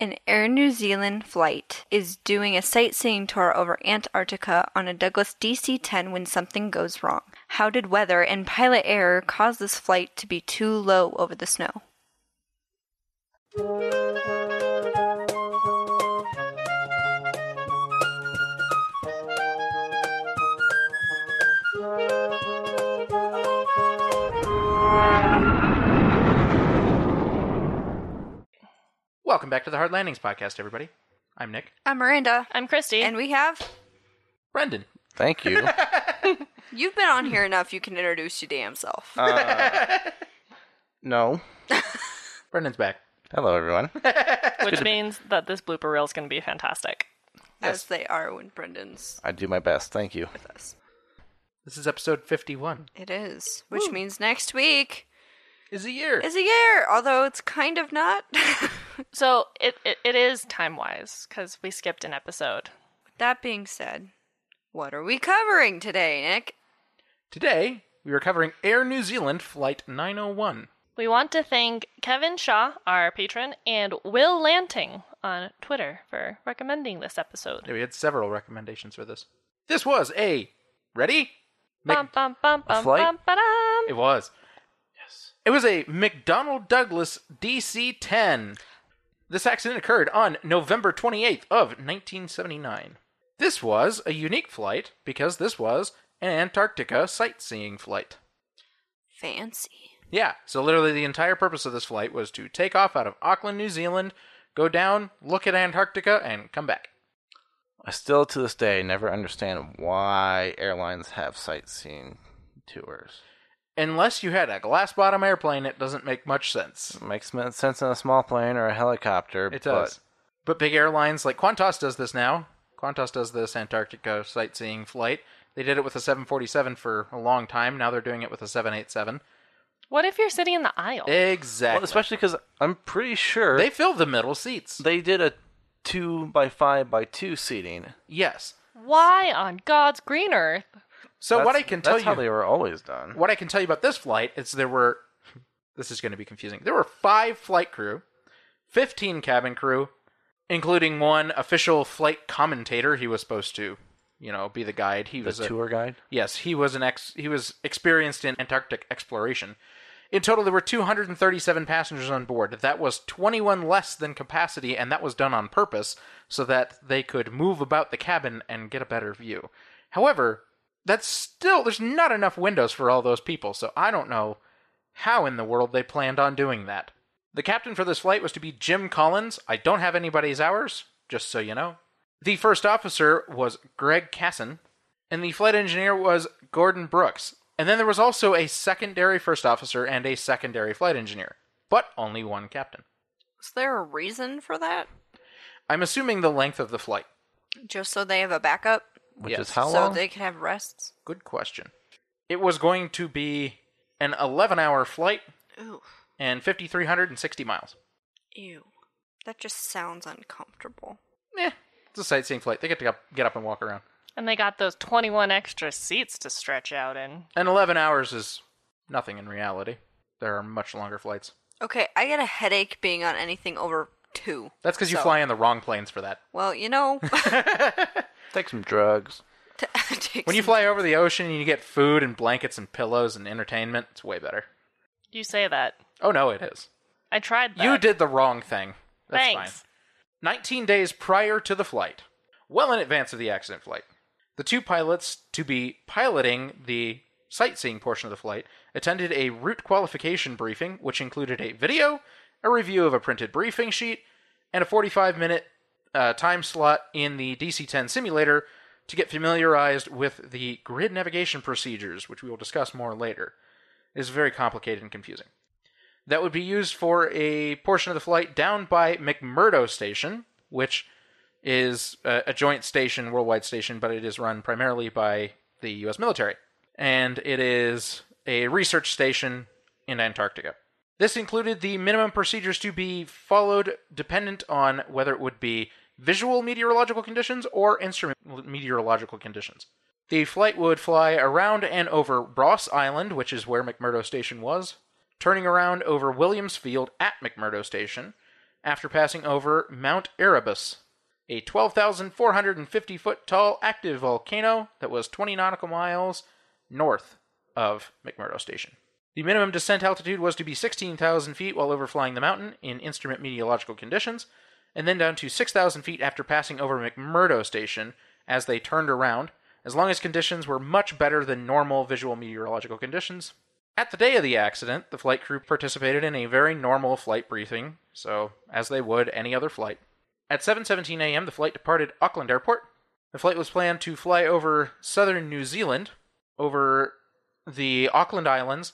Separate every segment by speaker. Speaker 1: An Air New Zealand flight is doing a sightseeing tour over Antarctica on a Douglas DC 10 when something goes wrong. How did weather and pilot error cause this flight to be too low over the snow?
Speaker 2: Welcome back to the Hard Landings podcast, everybody. I'm Nick.
Speaker 1: I'm Miranda.
Speaker 3: I'm Christy.
Speaker 1: And we have.
Speaker 2: Brendan.
Speaker 4: Thank you.
Speaker 1: You've been on here enough, you can introduce your damn self.
Speaker 4: no.
Speaker 2: Brendan's back.
Speaker 4: Hello, everyone.
Speaker 3: which means that this blooper reel is going to be fantastic.
Speaker 1: As they are when Brendan's
Speaker 4: I do my best. Thank you.
Speaker 1: with us.
Speaker 2: This is episode 51.
Speaker 1: It is. Which means next week
Speaker 2: Is a year.
Speaker 1: is a year, although it's kind of not.
Speaker 3: So it, it, it is time wise because we skipped an episode.
Speaker 1: that being said, what are we covering today, Nick?
Speaker 2: Today, we are covering Air New Zealand Flight 901.
Speaker 3: We want to thank Kevin Shaw, our patron, and Will Lanting on Twitter for recommending this episode.
Speaker 2: Yeah, We had several recommendations for this. This was a. Ready? Mc-
Speaker 3: Bum, bum, bum, bum,
Speaker 4: flight?
Speaker 3: bum, ba-dum.
Speaker 2: It was. Yes. It was a McDonnell Douglas DC 10. This accident occurred on November 28th of 1979. This was a unique flight because this was an Antarctica sightseeing flight.
Speaker 1: Fancy.
Speaker 2: Yeah, so literally the entire purpose of this flight was to take off out of Auckland, New Zealand, go down, look at Antarctica, and come back.
Speaker 4: I still, to this day, never understand why airlines have sightseeing tours.
Speaker 2: Unless you had a glass bottom airplane, it doesn't make much sense.
Speaker 4: It makes m- sense in a small plane or a helicopter.
Speaker 2: It does. But, big airlines like Qantas does this now. Qantas does this Antarctica sightseeing flight. They did it with a 747 for a long time. Now they're doing it with a 787.
Speaker 3: What if you're sitting in the aisle?
Speaker 4: But,
Speaker 2: Exactly.
Speaker 4: well, especially because I'm pretty sure
Speaker 2: they fill the middle seats.
Speaker 4: they did a two by five by two seating.
Speaker 2: yes.
Speaker 3: Why on God's green earth?
Speaker 2: So what
Speaker 4: That's-
Speaker 2: I can tell
Speaker 4: that's
Speaker 2: you
Speaker 4: how they were always done.
Speaker 2: what I can tell you about this flight is there were this is going to be confusing. There were 5 flight crew, 15 cabin crew, including one official flight commentator. He was supposed to, you know, be the guide. He
Speaker 4: The
Speaker 2: was a-
Speaker 4: tour guide.
Speaker 2: Yes, he was an ex. He was experienced in Antarctic exploration. In total, there were 237 passengers on board. That was 21 less than capacity, and that was done on purpose so that they could move about the cabin and get a better view. However, that's still there's not enough windows for all those people, so I don't know how in the world they planned on doing that. The captain for this flight was to be Jim Collins. I don't have anybody's hours, just so you know. The first officer was Greg Casson, and the flight engineer was Gordon Brooks. And then there was also a secondary first officer and a secondary flight engineer, but only one captain.
Speaker 1: Is there a reason for that?
Speaker 2: I'm assuming the length of the flight.
Speaker 1: Just so they have a backup?
Speaker 4: Which
Speaker 2: Yes.
Speaker 4: is how
Speaker 1: so
Speaker 4: long?
Speaker 1: they can have rests?
Speaker 2: Good question. It was going to be an 11 hour flight
Speaker 1: Ooh.
Speaker 2: and 5,360 miles.
Speaker 1: Ew. That just sounds uncomfortable.
Speaker 2: Eh, it's a sightseeing flight. They get to up- get up and walk around.
Speaker 3: And they got those 21 extra seats to stretch out in.
Speaker 2: And 11 hours is nothing in reality. There are much longer flights.
Speaker 1: Okay, I get a headache being on anything over two.
Speaker 2: That's because you
Speaker 1: So-
Speaker 2: fly on the wrong planes for that.
Speaker 1: Well, you know,
Speaker 4: Take some drugs.
Speaker 1: t- takes
Speaker 2: When you fly over the ocean and you get food and blankets and pillows and entertainment, it's way better.
Speaker 3: You say that.
Speaker 2: Oh no, it is.
Speaker 3: I tried that.
Speaker 2: You did the wrong thing. That's
Speaker 3: Thanks.
Speaker 2: fine. 19 days prior to the flight, well in advance of the accident flight, the two pilots to be piloting the sightseeing portion of the flight attended a route qualification briefing, which included a video, a review of a printed briefing sheet, and a 45 minute uh, time slot in the DC 10 simulator to get familiarized with the grid navigation procedures, which we will discuss more later. It is very complicated and confusing that would be used for a portion of the flight down by McMurdo Station, which is a, a joint station, worldwide station, but it is run primarily by the U.S. military. And it is a research station in Antarctica. This included the minimum procedures to be followed dependent on whether it would be visual meteorological conditions or instrument meteorological conditions. The flight would fly around and over Ross Island, which is where McMurdo Station was, turning around over Williams Field at McMurdo Station, after passing over Mount Erebus, a 12,450 foot tall active volcano that was 20 nautical miles north of McMurdo Station. The minimum descent altitude was to be 16,000 feet while overflying the mountain in instrument meteorological conditions, and then down to 6,000 feet after passing over McMurdo Station as they turned around, as long as conditions were much better than normal visual meteorological conditions. At the day of the accident, the flight crew participated in a very normal flight briefing, so as they would any other flight. At 7:17 a.m., the flight departed Auckland Airport. The flight was planned to fly over southern New Zealand, over the Auckland Islands,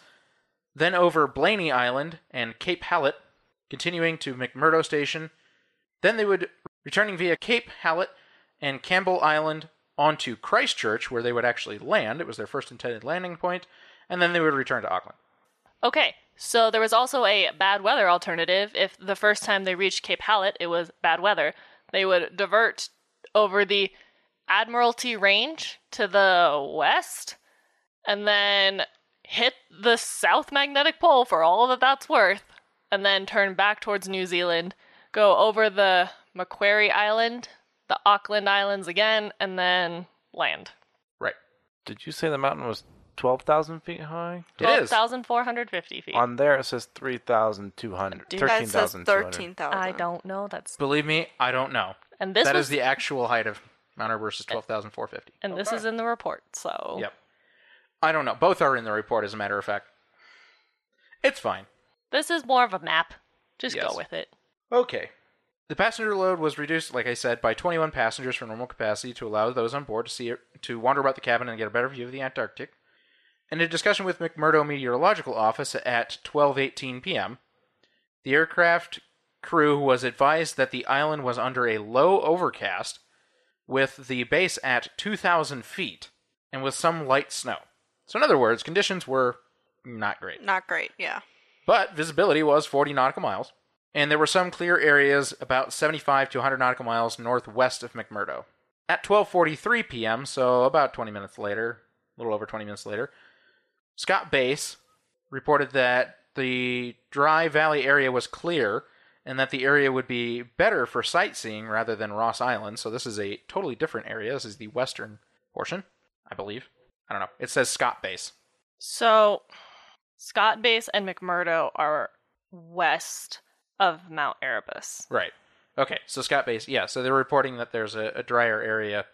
Speaker 2: then over Blaney Island and Cape Hallett, continuing to McMurdo Station. Then they would returning via Cape Hallett and Campbell Island onto Christchurch, where they would actually land. It was their first intended landing point, and then they would return to Auckland.
Speaker 3: Okay, so there was also a bad weather alternative. If the first time they reached Cape Hallett it was bad weather, they would divert over the Admiralty Range to the west and then hit the South Magnetic Pole for all that that's worth, and then turn back towards New Zealand, go over the Macquarie Island, the Auckland Islands again, and then land.
Speaker 2: Right.
Speaker 4: Did you say the mountain was 12,000 feet high?
Speaker 2: It is.
Speaker 3: 12,450 feet.
Speaker 4: On there it says 3,200.
Speaker 3: Dude,
Speaker 1: That says
Speaker 4: 13,200.
Speaker 1: 13,000.
Speaker 3: I don't know. That's
Speaker 2: Believe me, I don't know.
Speaker 3: and this
Speaker 2: that
Speaker 3: was
Speaker 2: is
Speaker 3: Uh,
Speaker 2: the actual height of Mount Erebus is 12,450.
Speaker 3: and this is in the report. So
Speaker 2: Oh, Yep. I don't know. Both are in the report, as a matter of fact. It's fine.
Speaker 3: this is more of a map. Just
Speaker 2: Yes.
Speaker 3: go with it.
Speaker 2: Okay. The passenger load was reduced, like I said, by 21 passengers for normal capacity to allow those on board to see to wander about the cabin and get a better view of the Antarctic. In a discussion with McMurdo Meteorological Office at 12:18 p.m., the aircraft crew was advised that the island was under a low overcast, with the base at 2,000 feet and with some light snow. So, in other words, conditions were not great.
Speaker 1: Not great, yeah.
Speaker 2: But visibility was 40 nautical miles, and there were some clear areas about 75 to 100 nautical miles northwest of McMurdo. At 12:43 p.m., so about 20 minutes later, a little over 20 minutes later, Scott Bass reported that the dry valley area was clear and that the area would be better for sightseeing rather than Ross Island. So this is a totally different area. This is the western portion, I believe. I don't know. It says Scott Base.
Speaker 3: So Scott Base and McMurdo are west of Mount Erebus.
Speaker 2: Right. Okay. So Scott Base, yeah. So they're reporting that there's a, a drier area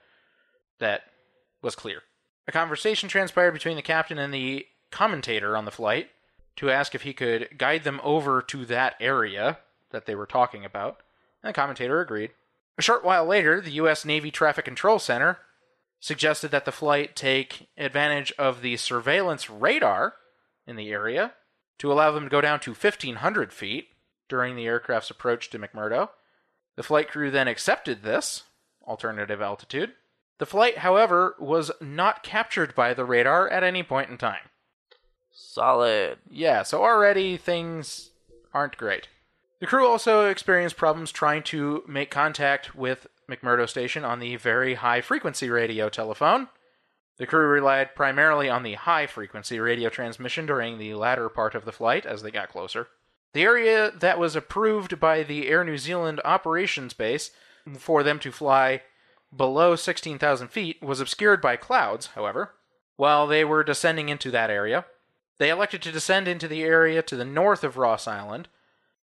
Speaker 2: that was clear. A conversation transpired between the captain and the commentator on the flight to ask if he could guide them over to that area that they were talking about, and the commentator agreed. A short while later, the U.S. Navy Traffic Control Center suggested that the flight take advantage of the surveillance radar in the area to allow them to go down to 1,500 feet during the aircraft's approach to McMurdo. The flight crew then accepted this alternative altitude. The flight, however, was not captured by the radar at any point in time.
Speaker 4: Solid.
Speaker 2: Yeah, so already things aren't great. The crew also experienced problems trying to make contact with McMurdo Station on the very high frequency radio telephone. The crew relied primarily on the high frequency radio transmission during the latter part of the flight as they got closer. The area that was approved by the Air New Zealand operations base for them to fly below 16,000 feet was obscured by clouds, however, while they were descending into that area. They elected to descend into the area to the north of Ross Island.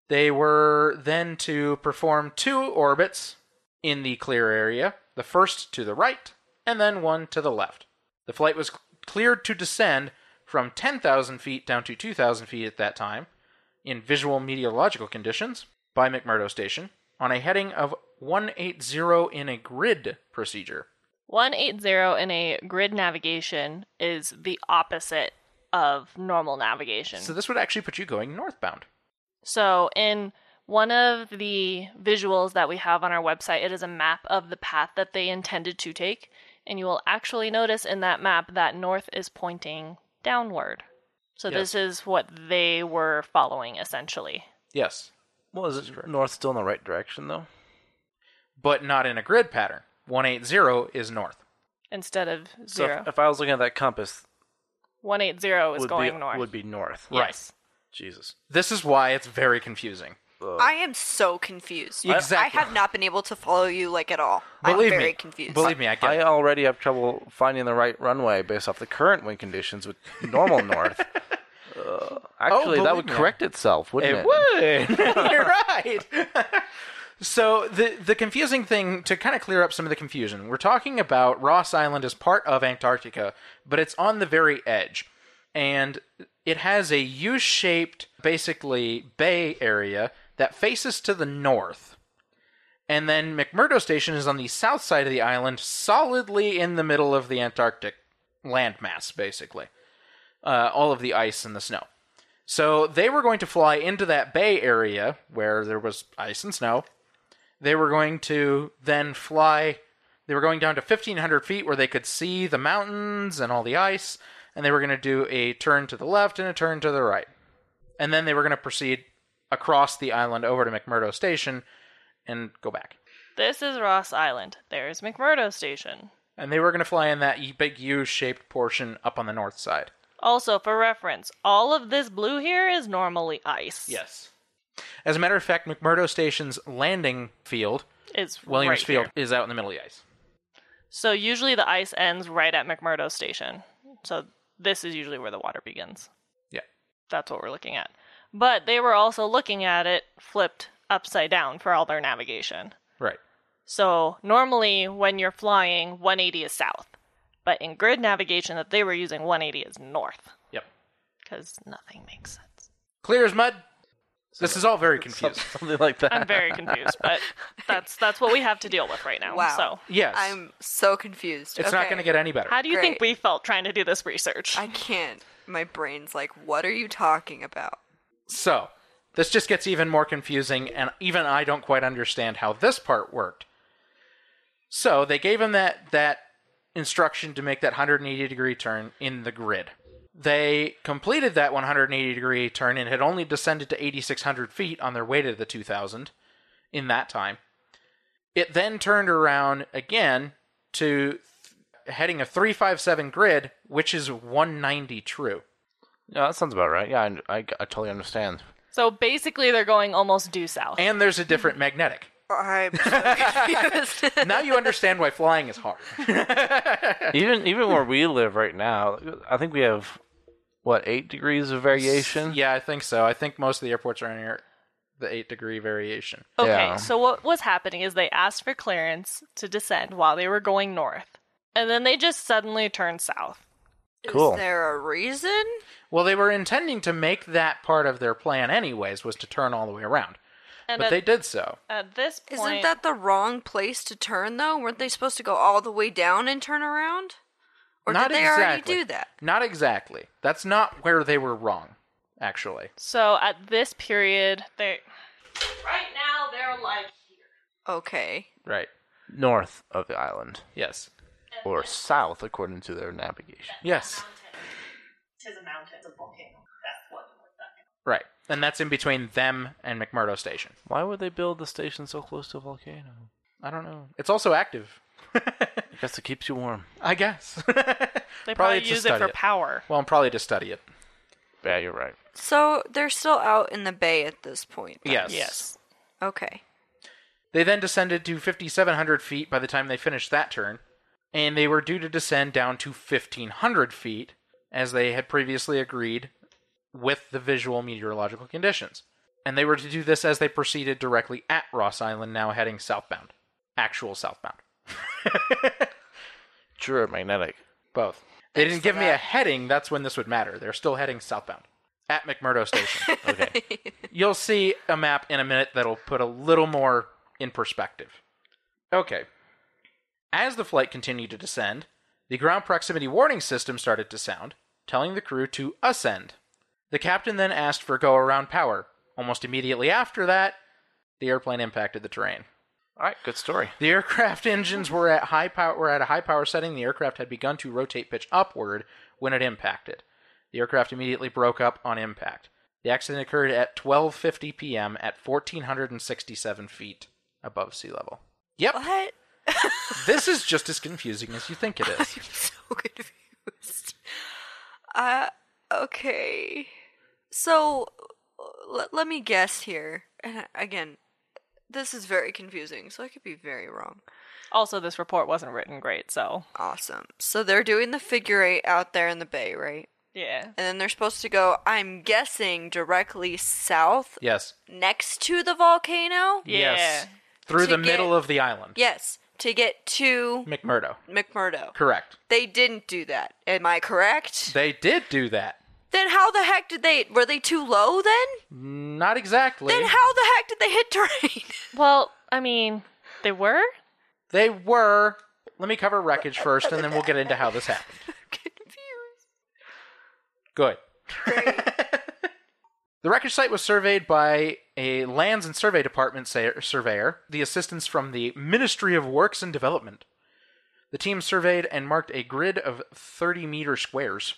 Speaker 2: They were then to perform two orbits in the clear area, the first to the right, and then one to the left. The flight was c- cleared to descend from 10,000 feet down to 2,000 feet at that time, in visual meteorological conditions, by McMurdo Station, on a heading of 180 in a grid procedure.
Speaker 3: 180 in a grid navigation is the opposite of normal navigation.
Speaker 2: So this would actually put you going northbound.
Speaker 3: So, in one of the visuals that we have on our website, it is a map of the path that they intended to take. And you will actually notice in that map that north is pointing downward. So,
Speaker 2: Yes.
Speaker 3: this is what they were following essentially.
Speaker 2: Yes,
Speaker 4: Well, is it north still in the right direction, though?
Speaker 2: but not in a grid pattern. 180 is north.
Speaker 3: Instead of
Speaker 4: So
Speaker 3: zero,
Speaker 4: if, if I was looking at that compass,
Speaker 3: 180 is
Speaker 4: would
Speaker 3: going
Speaker 4: be,
Speaker 3: north.
Speaker 4: would be north.
Speaker 2: Right.
Speaker 3: Yes.
Speaker 4: Jesus.
Speaker 2: This is why it's very confusing.
Speaker 4: uh,
Speaker 1: I am so confused.
Speaker 2: Exactly.
Speaker 1: I have not been able to follow you like at all.
Speaker 2: Believe
Speaker 1: I'm very
Speaker 2: me.
Speaker 1: confused.
Speaker 2: Believe me, I get
Speaker 4: I
Speaker 2: it.
Speaker 4: already have trouble finding the right runway based off the current wind conditions with normal north. Uh, actually, that
Speaker 2: oh, believe
Speaker 4: would
Speaker 2: me.
Speaker 4: correct itself, wouldn't it?
Speaker 2: It would. You're right. so the the confusing thing to kind of clear up some of the confusion, we're talking about Ross Island as part of Antarctica, but it's on the very edge, and it has a U-shaped basically bay area that faces to the north. And then McMurdo Station is on the south side of the island, solidly in the middle of the Antarctic landmass, basically. Uh, all of the ice and the snow. So they were going to fly into that bay area where there was ice and snow. They were going to then fly. They were going down to 1,500 feet where they could see the mountains and all the ice. And they were going to do a turn to the left and a turn to the right. And then they were going to proceed across the island over to McMurdo Station and go back.
Speaker 3: This is Ross Island. There's McMurdo Station.
Speaker 2: And they were going to fly in that y- big U shaped portion up on the north side.
Speaker 3: Also, for reference, all of this blue here is normally ice.
Speaker 2: Yes. As a matter of fact, McMurdo Station's landing field
Speaker 3: It's right
Speaker 2: Williamsfield
Speaker 3: here.
Speaker 2: is out in the middle of the ice.
Speaker 3: So usually the ice ends right at McMurdo Station. So this is usually where the water begins.
Speaker 2: Yeah.
Speaker 3: That's what we're looking at. But they were also looking at it flipped upside down for all their navigation.
Speaker 2: Right.
Speaker 3: So normally when you're flying, 180 is south. But in grid navigation that they were using, 180 is north
Speaker 2: Yep.
Speaker 3: because nothing makes sense.
Speaker 2: Clear as mud. This is all very confusing.
Speaker 4: Something like that.
Speaker 3: I'm very confused, but that's that's what we have to deal with right now.
Speaker 1: Wow.
Speaker 3: So
Speaker 2: Yes.
Speaker 1: I'm so confused.
Speaker 2: it's not
Speaker 1: Okay.
Speaker 2: going to get any better.
Speaker 3: how do you think
Speaker 1: Great.
Speaker 3: we felt trying to do this research?
Speaker 1: I can't. My brain's like, what are you talking about?
Speaker 2: so, this just gets even more confusing, and even I don't quite understand how this part worked. So, they gave him that, that instruction to make that 180 degree turn in the grid. They completed that 180 degree turn and had only descended to 8,600 feet on their way to the 2,000 in that time. It then turned around again to th- heading a 357 grid, which is 190 true.
Speaker 4: Yeah, that sounds about right. Yeah, I, I, I totally understand.
Speaker 3: so basically, they're going almost due south.
Speaker 2: And there's a different magnetic.
Speaker 1: I'm so confused.
Speaker 2: Now you understand why flying is hard.
Speaker 4: even even where we live right now, I think we have what eight degrees of variation.
Speaker 2: yeah, I think so. I think most of the airports are near the 8 degree variation.
Speaker 3: Okay,
Speaker 4: Yeah.
Speaker 3: so what was happening is they asked for clearance to descend while they were going north, and then they just suddenly turned south.
Speaker 4: Cool.
Speaker 1: Is there a reason?
Speaker 2: Well, they were intending to make that part of their plan anyways was to turn all the way around.
Speaker 3: And
Speaker 2: But
Speaker 3: at,
Speaker 2: they did so.
Speaker 3: at this point,
Speaker 1: Isn't that the wrong place to turn though? Weren't they supposed to go all the way down and turn around? Or
Speaker 2: not
Speaker 1: did they
Speaker 2: exactly.
Speaker 1: already do that?
Speaker 2: Not exactly. That's not where they were wrong, actually.
Speaker 3: so? At this period, they right now they're like
Speaker 1: Okay.
Speaker 2: Right.
Speaker 4: North of the island
Speaker 2: Yes.
Speaker 4: or south, according to their navigation.
Speaker 2: Yes.
Speaker 3: tis a mountain, it's a volcano. That's what.
Speaker 2: Right. And that's in between them and McMurdo Station.
Speaker 4: Why would they build the station so close to a volcano?
Speaker 2: I don't know. It's also active.
Speaker 4: I guess it keeps you warm.
Speaker 2: I guess.
Speaker 3: They probably,
Speaker 2: to
Speaker 3: use it
Speaker 2: study
Speaker 3: for power.
Speaker 2: Well, I'm probably to study it.
Speaker 4: Yeah, you're right.
Speaker 1: So they're still out in the bay at this point. then?
Speaker 2: Yes.
Speaker 3: Yes.
Speaker 1: Okay.
Speaker 2: They then descended to 5,700 feet by the time they finished that turn, and they were due to descend down to 1,500 feet, as they had previously agreed with the visual meteorological conditions. And they were to do this as they proceeded directly at Ross Island, now heading southbound. Actual southbound.
Speaker 4: True, magnetic.
Speaker 2: Both. They didn't give me a heading, that's when this would matter. They're still heading southbound at McMurdo Station.
Speaker 4: Okay.
Speaker 2: You'll see a map in a minute that'll put a little more in perspective. Okay. As the flight continued to descend, the ground proximity warning system started to sound, telling the crew to ascend. The captain then asked for go around power. Almost immediately after that, the airplane impacted the terrain.
Speaker 4: All right, good story.
Speaker 2: The aircraft engines were at high power were at a high power setting. The aircraft had begun to rotate pitch upward when it impacted. The aircraft immediately broke up on impact. The accident occurred at 12:50 p.m. at 1467 feet above sea level. Yep,
Speaker 1: What?
Speaker 2: this is just as confusing as you think it is.
Speaker 1: I'm so confused. Uh, okay. So, l- let me guess here.
Speaker 5: and again, this is very confusing, so I could be very wrong.
Speaker 3: Also, this report wasn't written great, so
Speaker 5: Awesome. So they're doing the figure eight out there in the bay, right?
Speaker 3: yeah.
Speaker 5: And then they're supposed to go, I'm guessing, directly south
Speaker 2: Yes.
Speaker 5: next to the volcano?
Speaker 2: Yes.
Speaker 3: Yeah.
Speaker 2: Through
Speaker 5: To
Speaker 2: the
Speaker 5: get-
Speaker 2: middle of the island.
Speaker 5: Yes, to get to
Speaker 2: McMurdo.
Speaker 5: McMurdo.
Speaker 2: Correct.
Speaker 5: They didn't do that. Am I correct?
Speaker 2: They did do that.
Speaker 5: Then how the heck did they. Were they too low then?
Speaker 2: Not exactly.
Speaker 5: Then how the heck did they hit terrain?
Speaker 3: Well, I mean, they were.
Speaker 2: They were. Let me cover wreckage first, and then we'll get into how this happened.
Speaker 5: Confused.
Speaker 2: Good. the wreckage site was surveyed by a lands and survey department sa- surveyor, the assistance from the Ministry of Works and Development. The team surveyed and marked a grid of 30 meter squares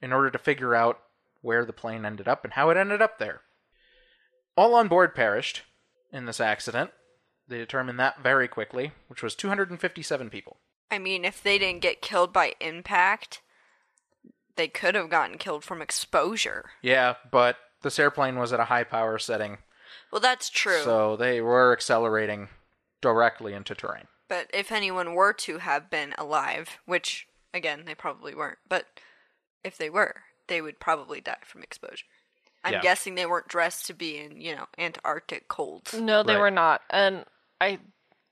Speaker 2: in order to figure out where the plane ended up and how it ended up there. All on board perished in this accident. They determined that very quickly, which was 257 people.
Speaker 5: I mean, if they didn't get killed by impact, they could have gotten killed from exposure.
Speaker 2: Yeah, but this airplane was at a high power setting.
Speaker 5: Well, that's true.
Speaker 2: So they were accelerating directly into terrain.
Speaker 5: But if anyone were to have been alive, which again they probably weren't, but if they were, they would probably die from exposure. I'm
Speaker 2: Yeah.
Speaker 5: guessing they weren't dressed to be in, you know, Antarctic cold.
Speaker 3: No, they
Speaker 2: Right.
Speaker 3: were not. And I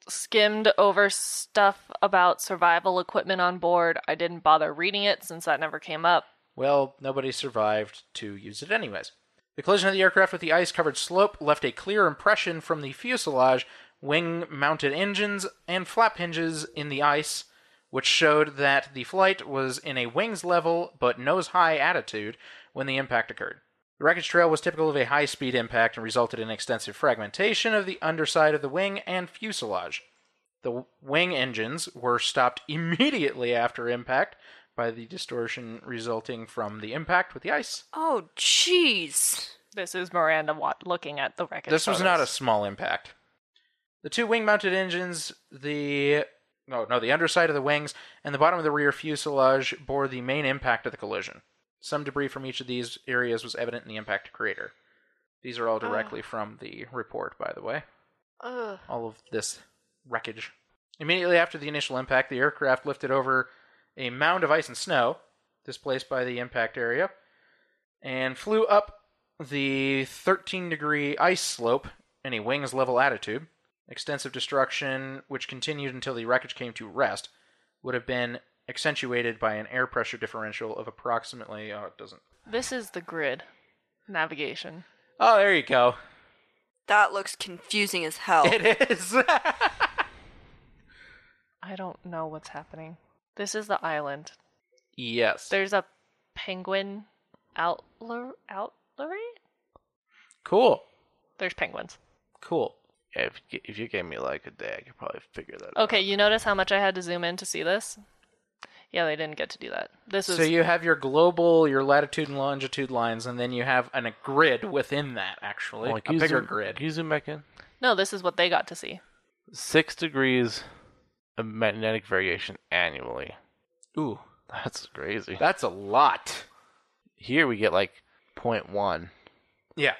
Speaker 3: skimmed over stuff about survival equipment on board. I didn't bother reading it since that never came up.
Speaker 2: Well, nobody survived to use it anyways. The collision of the aircraft with the ice covered slope left a clear impression from the fuselage, wing mounted engines, and flap hinges in the ice, which showed that the flight was in a wings level but nose high attitude when the impact occurred. The wreckage trail was typical of a high speed impact and resulted in extensive fragmentation of the underside of the wing and fuselage. The wing engines were stopped immediately after impact by the distortion resulting from the impact with the ice.
Speaker 5: Oh, jeez.
Speaker 3: This is Miranda wa- looking at the wreckage.
Speaker 2: this was not a
Speaker 3: photos.
Speaker 2: small impact. The two wing mounted engines, the no, no, the underside of the wings and the bottom of the rear fuselage bore the main impact of the collision. Some debris from each of these areas was evident in the impact crater. These are all directly from the report, by the way.
Speaker 5: Ugh.
Speaker 2: all of this wreckage. Immediately after the initial impact, the aircraft lifted over a mound of ice and snow displaced by the impact area and flew up the 13 degree ice slope in a wings level attitude. Extensive destruction, which continued until the wreckage came to rest, would have been accentuated by an air pressure differential of approximately. Oh, it doesn't.
Speaker 3: This is the grid navigation.
Speaker 2: Oh, there you go.
Speaker 5: That looks confusing as hell.
Speaker 2: It is.
Speaker 3: I don't know what's happening. This is the island.
Speaker 2: yes.
Speaker 3: There's a penguin outler outlary.
Speaker 2: Cool.
Speaker 3: There's penguins.
Speaker 2: Cool.
Speaker 4: Yeah, if, you- if you gave me like a day, I could probably figure that out.
Speaker 3: Okay, you notice how much I had to zoom in to see this? Yeah, they didn't get to do that. This is
Speaker 2: So you have your global, your latitude and longitude lines, and then you have an, a grid within that. Actually,
Speaker 4: Well, like,
Speaker 2: a
Speaker 4: you
Speaker 2: bigger
Speaker 4: zoom-
Speaker 2: grid.
Speaker 4: You zoom back in.
Speaker 3: no. This is what they got to see.
Speaker 4: Six degrees of magnetic variation annually.
Speaker 2: Ooh,
Speaker 4: That's crazy.
Speaker 2: that's a lot.
Speaker 4: Here we get like 0.1.
Speaker 2: Yeah.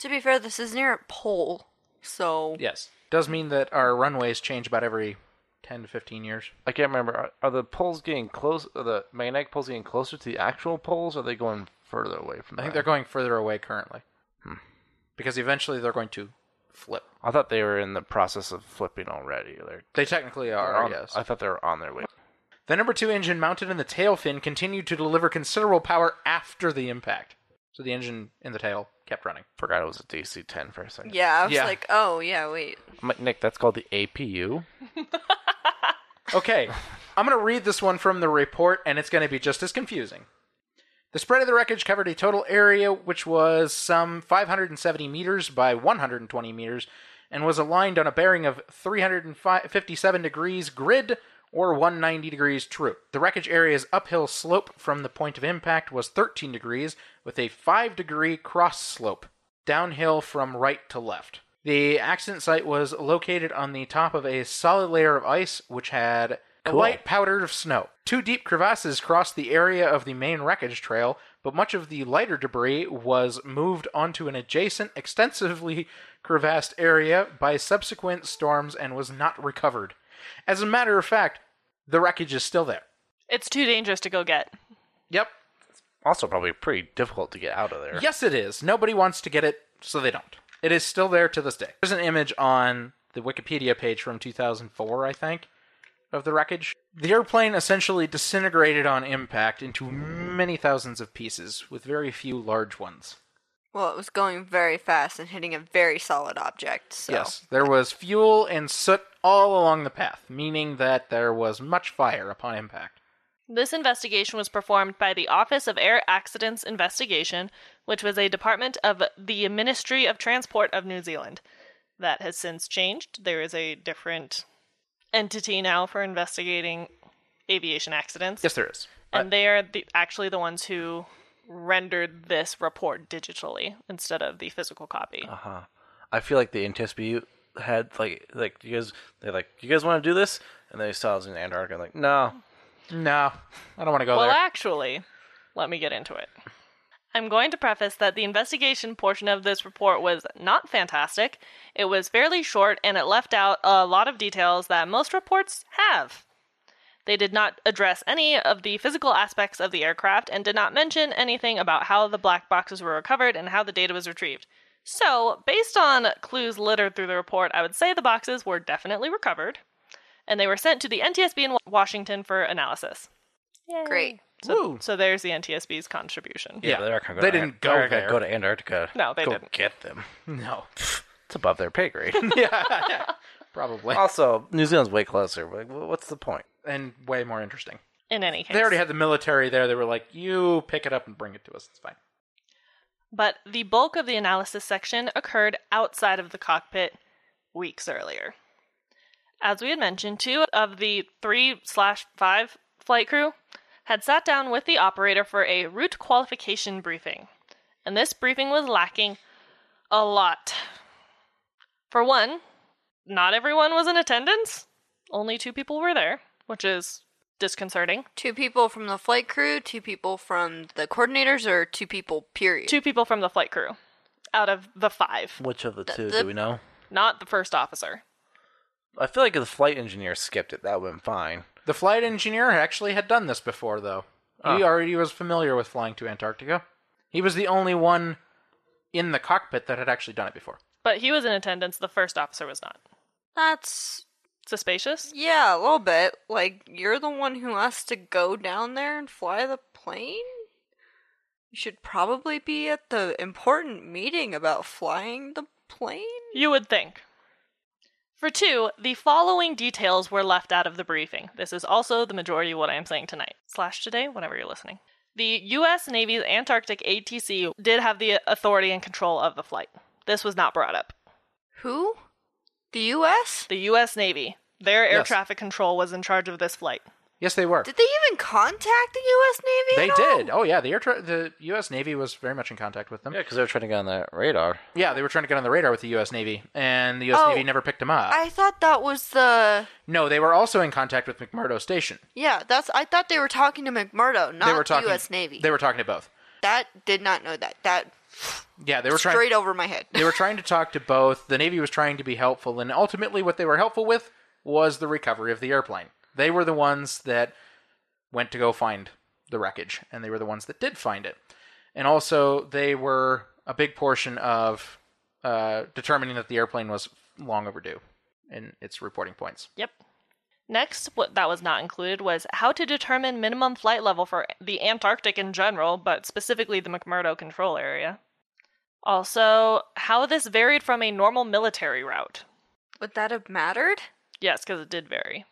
Speaker 5: To be fair, this is near a pole, so
Speaker 2: Yes. Does mean that our runways change about every ten to fifteen years.
Speaker 4: I can't remember. Are, are the poles getting close? Are the magnetic poles getting closer to the actual poles? Or are they going further away from?
Speaker 2: I think
Speaker 4: that?
Speaker 2: they're going further away currently,
Speaker 4: Hmm.
Speaker 2: because eventually they're going to flip.
Speaker 4: I thought they were in the process of flipping already. They're,
Speaker 2: They technically
Speaker 4: they're
Speaker 2: are.
Speaker 4: on-
Speaker 2: yes.
Speaker 4: I thought they were on their way.
Speaker 2: The number two engine mounted in the tail fin continued to deliver considerable power after the impact. So the engine in the tail kept running.
Speaker 4: Forgot it was a DC-10 for a second.
Speaker 5: yeah, I was
Speaker 2: Yeah.
Speaker 5: like, oh yeah, wait.
Speaker 4: I'm like, Nick, that's called the APU.
Speaker 2: Okay, I'm going to read this one from the report, and it's going to be just as confusing. The spread of the wreckage covered a total area which was some 570 meters by 120 meters and was aligned on a bearing of 357 degrees grid or 190 degrees true. The wreckage area's uphill slope from the point of impact was 13 degrees with a 5 degree cross slope downhill from right to left. The accident site was located on the top of a solid layer of ice, which had a
Speaker 4: Cool.
Speaker 2: light powder of snow. Two deep crevasses crossed the area of the main wreckage trail, but much of the lighter debris was moved onto an adjacent, extensively crevassed area by subsequent storms and was not recovered. As a matter of fact, the wreckage is still there.
Speaker 3: It's too dangerous to go get.
Speaker 2: Yep.
Speaker 4: Also, probably pretty difficult to get out of there.
Speaker 2: Yes, it is. Nobody wants to get it, so they don't. It is still there to this day. There's an image on the Wikipedia page from 2004, I think, of the wreckage. The airplane essentially disintegrated on impact into many thousands of pieces, with very few large ones.
Speaker 5: Well, it was going very fast and hitting a very solid object. So.
Speaker 2: Yes, there was fuel and soot all along the path, meaning that there was much fire upon impact.
Speaker 3: This investigation was performed by the Office of Air Accidents Investigation, which was a department of the Ministry of Transport of New Zealand. That has since changed. There is a different entity now for investigating aviation accidents.
Speaker 2: Yes, there is.
Speaker 4: Uh,
Speaker 3: And they are the, actually the ones who rendered this report digitally instead of the physical copy.
Speaker 4: I feel like the NTSB had like like you guys they're like you guys want to do this and they saw us in Antarctica like no
Speaker 2: Uh, No, I don't want to go
Speaker 3: Well,
Speaker 2: there.
Speaker 3: actually, let me get into it. I'm going to preface that the investigation portion of this report was not fantastic. It was fairly short and it left out a lot of details that most reports have. They did not address any of the physical aspects of the aircraft and did not mention anything about how the black boxes were recovered and how the data was retrieved. So, based on clues littered through the report, I would say the boxes were definitely recovered and they were sent to the NTSB in Wa- Washington for analysis.
Speaker 5: Great.
Speaker 2: Woo.
Speaker 3: So there's the NTSB's contribution.
Speaker 2: Yeah,
Speaker 4: they're not gonna go
Speaker 2: they
Speaker 4: to
Speaker 2: didn't
Speaker 4: Ant-
Speaker 2: go
Speaker 4: they're not gonna
Speaker 2: there.
Speaker 4: go to Antarctica
Speaker 3: No, they
Speaker 4: Go
Speaker 3: didn't.
Speaker 4: get them
Speaker 2: no.
Speaker 4: it's above their pay grade
Speaker 2: Probably.
Speaker 4: also New Zealand's way closer like wh- what's the point
Speaker 2: And way more interesting.
Speaker 3: In any case.
Speaker 2: They already had the military there. They were like, you pick it up and bring it to us. It's fine.
Speaker 3: But the bulk of the analysis section occurred outside of the cockpit weeks earlier. As we had mentioned, two of the three slash five flight crew had sat down with the operator for a route qualification briefing, and this briefing was lacking a lot. For one, not everyone was in attendance, only two people were there, which is disconcerting.
Speaker 5: Two people from the flight crew, two people from the coordinators, or two people, period.
Speaker 3: Two people from the flight crew out of the five,
Speaker 4: which of the two
Speaker 5: the-
Speaker 4: do we know
Speaker 3: not the first officer.
Speaker 4: I feel like if the flight engineer skipped it that would have been fine
Speaker 2: The flight engineer actually had done this before, though. He already was familiar with flying to Antarctica. He was the only one in the cockpit that had actually done it before.
Speaker 3: But he was in attendance. The first officer was not.
Speaker 5: That's
Speaker 3: Suspicious?
Speaker 5: yeah, a little bit. Like you're the one who has to go down there and fly the plane. You should probably be at the important meeting about flying the plane.
Speaker 3: You would think. For two, the following details were left out of the briefing. This is also the majority of what I am saying tonight, slash today, whenever you're listening. The U.S. Navy's Antarctic ATC did have the authority and control of the flight. This was not brought up.
Speaker 5: Who? The U.S.
Speaker 3: The U.S. Navy, their air
Speaker 2: Yes.
Speaker 3: traffic control, was in charge of this flight.
Speaker 2: Yes, they were.
Speaker 5: Did they even contact the U.S. Navy?
Speaker 2: They
Speaker 5: at all?
Speaker 2: did. Oh, yeah. The, air tra- the U.S. Navy was very much in contact with them.
Speaker 4: yeah because they were trying to get on that radar
Speaker 2: Yeah, they were trying to get on the radar with the U.S. Navy, and the U.S.
Speaker 5: Oh,
Speaker 2: Navy never picked them up.
Speaker 5: I thought that was the
Speaker 2: No, they were also in contact with McMurdo Station.
Speaker 5: yeah. That's I thought they were talking to McMurdo, not
Speaker 2: they were talking.
Speaker 5: the U.S. Navy.
Speaker 2: They were talking to both.
Speaker 5: that did not know that. That
Speaker 2: Yeah, they were trying.
Speaker 5: straight over my head.
Speaker 2: they were trying to talk to both. The Navy was trying to be helpful, and ultimately, what they were helpful with was the recovery of the airplane. They were the ones that went to go find the wreckage, and they were the ones that did find it. And also, they were a big portion of uh, determining that the airplane was long overdue in its reporting points.
Speaker 3: Yep. Next, what that was not included was how to determine minimum flight level for the Antarctic in general, but specifically the McMurdo control area. Also, how this varied from a normal military route.
Speaker 5: Would that have mattered?
Speaker 3: Yes, because it did vary.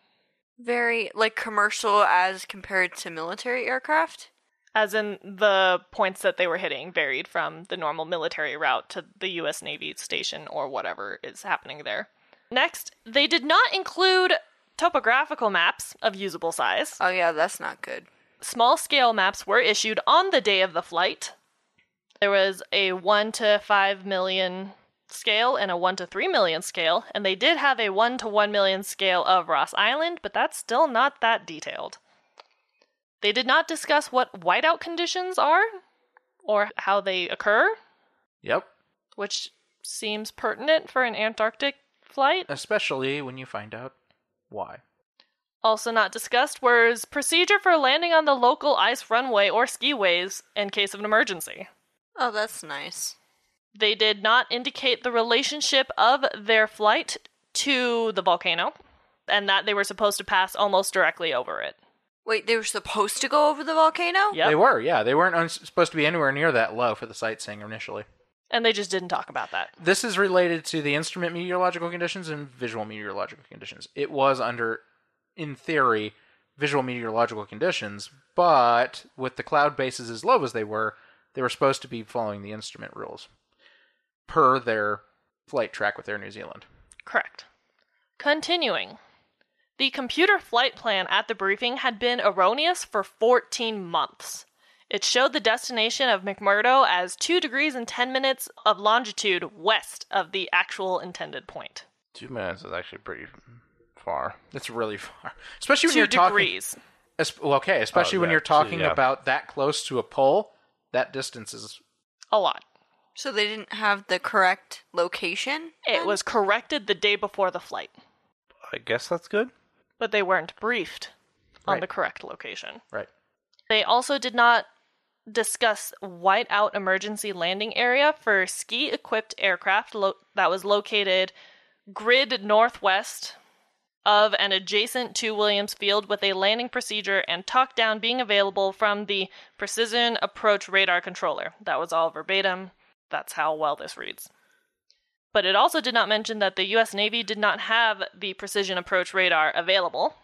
Speaker 5: Very like commercial as compared to military aircraft.
Speaker 3: As in, the points that they were hitting varied from the normal military route to the U.S. Navy station or whatever is happening there. Next, they did not include topographical maps of usable size.
Speaker 5: Oh yeah, that's not good.
Speaker 3: small scale maps were issued on the day of the flight. There was a 1 to 5 million scale and a 1 to 3 million scale, and they did have a 1 to 1 million scale of Ross Island, but that's still not that detailed. They did not discuss what whiteout conditions are, or how they occur,
Speaker 2: Yep.
Speaker 3: which seems pertinent for an Antarctic flight.
Speaker 2: Especially when you find out why.
Speaker 3: Also, not discussed was procedure for landing on the local ice runway or skiways in case of an emergency.
Speaker 5: Oh, that's nice.
Speaker 3: They did not indicate the relationship of their flight to the volcano and that they were supposed to pass almost directly over it.
Speaker 5: Wait, they were supposed to go over the volcano?
Speaker 3: Yep.
Speaker 2: Oh. They were, yeah. They weren't un- supposed to be anywhere near that low for the sightseeing initially.
Speaker 3: and they just didn't talk about that.
Speaker 2: This is related to the instrument meteorological conditions and visual meteorological conditions. It was under, in theory, visual meteorological conditions, but with the cloud bases as low as they were, they were supposed to be following the instrument rules per their flight track with Air New Zealand.
Speaker 3: Correct. Continuing. The computer flight plan at the briefing had been erroneous for 14 months. It showed the destination of McMurdo as 2 degrees and 10 minutes of longitude west of the actual intended point.
Speaker 4: Two minutes is actually pretty far.
Speaker 2: That's really far, especially when
Speaker 3: 2
Speaker 2: you're talking.
Speaker 3: degrees.
Speaker 2: es- well, okay, especially
Speaker 4: Oh,
Speaker 2: when
Speaker 4: yeah,
Speaker 2: you're
Speaker 4: so,
Speaker 2: talking
Speaker 4: yeah.
Speaker 2: about that close to a pole. That distance is
Speaker 3: A lot.
Speaker 5: So they didn't have the correct location?
Speaker 3: It was corrected the day before the flight,
Speaker 4: I guess that's good.
Speaker 3: but they weren't briefed on
Speaker 2: Right.
Speaker 3: the correct location.
Speaker 2: right.
Speaker 3: They also did not discuss whiteout emergency landing area for ski equipped aircraft lo- that was located grid northwest of and adjacent to Williams Field with a landing procedure and talk down being available from the precision approach radar controller. That was all verbatim. That's how well this reads. But it also did not mention that the US Navy did not have the precision approach radar available.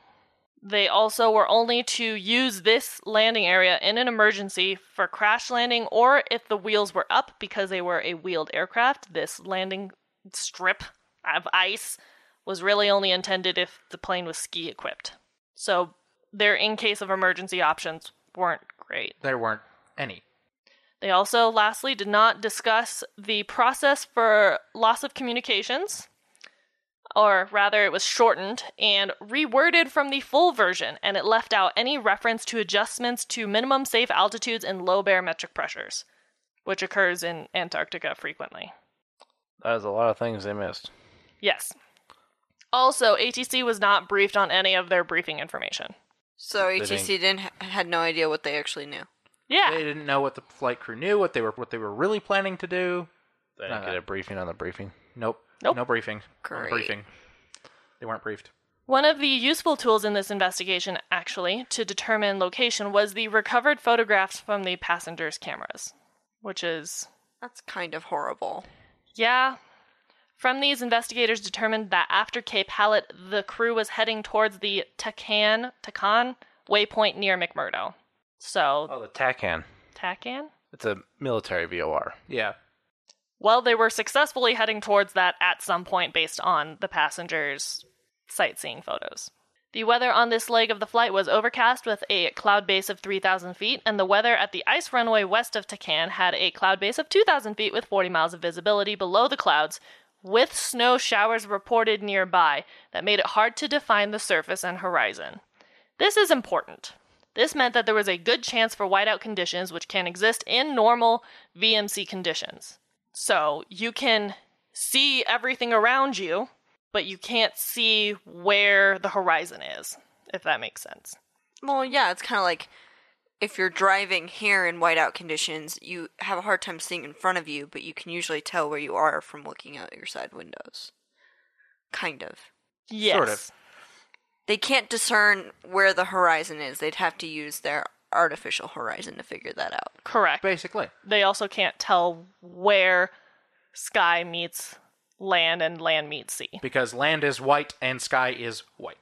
Speaker 3: They also were only to use this landing area in an emergency for crash landing or if the wheels were up because they were a wheeled aircraft. This landing strip of ice was really only intended if the plane was ski equipped. So their in case of emergency options weren't great.
Speaker 2: There weren't any.
Speaker 3: They also, lastly, did not discuss the process for loss of communications, or rather, it was shortened and reworded from the full version, and it left out any reference to adjustments to minimum safe altitudes and low barometric pressures, which occurs in Antarctica frequently.
Speaker 4: That is a lot of things they missed.
Speaker 3: Yes. Also, ATC was not briefed on any of their briefing information.
Speaker 5: So
Speaker 4: didn't-
Speaker 5: ATC didn't ha- had no idea what they actually knew.
Speaker 3: Yeah.
Speaker 2: They didn't know what the flight crew knew, what they were what they were really planning to do.
Speaker 4: They didn't
Speaker 2: Uh,
Speaker 4: get a briefing on the briefing.
Speaker 2: Nope.
Speaker 3: Nope.
Speaker 2: No briefing. No
Speaker 5: Great.
Speaker 2: briefing. They weren't briefed.
Speaker 3: One of the useful tools in this investigation, actually, to determine location was the recovered photographs from the passengers' cameras, which is,
Speaker 5: That's kind of horrible.
Speaker 3: yeah. From these, investigators determined that after Cape Hallett, the crew was heading towards the Takan, Takan waypoint near McMurdo. So,
Speaker 4: Oh, the TACAN.
Speaker 3: Takan?
Speaker 4: It's a military VOR.
Speaker 2: Yeah.
Speaker 3: Well, they were successfully heading towards that at some point based on the passengers' sightseeing photos. The weather on this leg of the flight was overcast with a cloud base of 3,000 feet, and the weather at the ice runway west of Takan had a cloud base of 2,000 feet with 40 miles of visibility below the clouds, with snow showers reported nearby that made it hard to define the surface and horizon. This is important. This meant that there was a good chance for whiteout conditions which can exist in normal VMC conditions. So you can see everything around you, but you can't see where the horizon is, if that makes sense.
Speaker 5: Well, yeah, it's kind of like if you're driving here in whiteout conditions, you have a hard time seeing in front of you, but you can usually tell where you are from looking out your side windows. Kind of.
Speaker 3: Yes.
Speaker 2: Sort of.
Speaker 5: They can't discern where the horizon is. They'd have to use their artificial horizon to figure that out.
Speaker 3: Correct.
Speaker 2: Basically.
Speaker 3: They also can't tell where sky meets land and land meets sea.
Speaker 2: Because land is white and sky is white.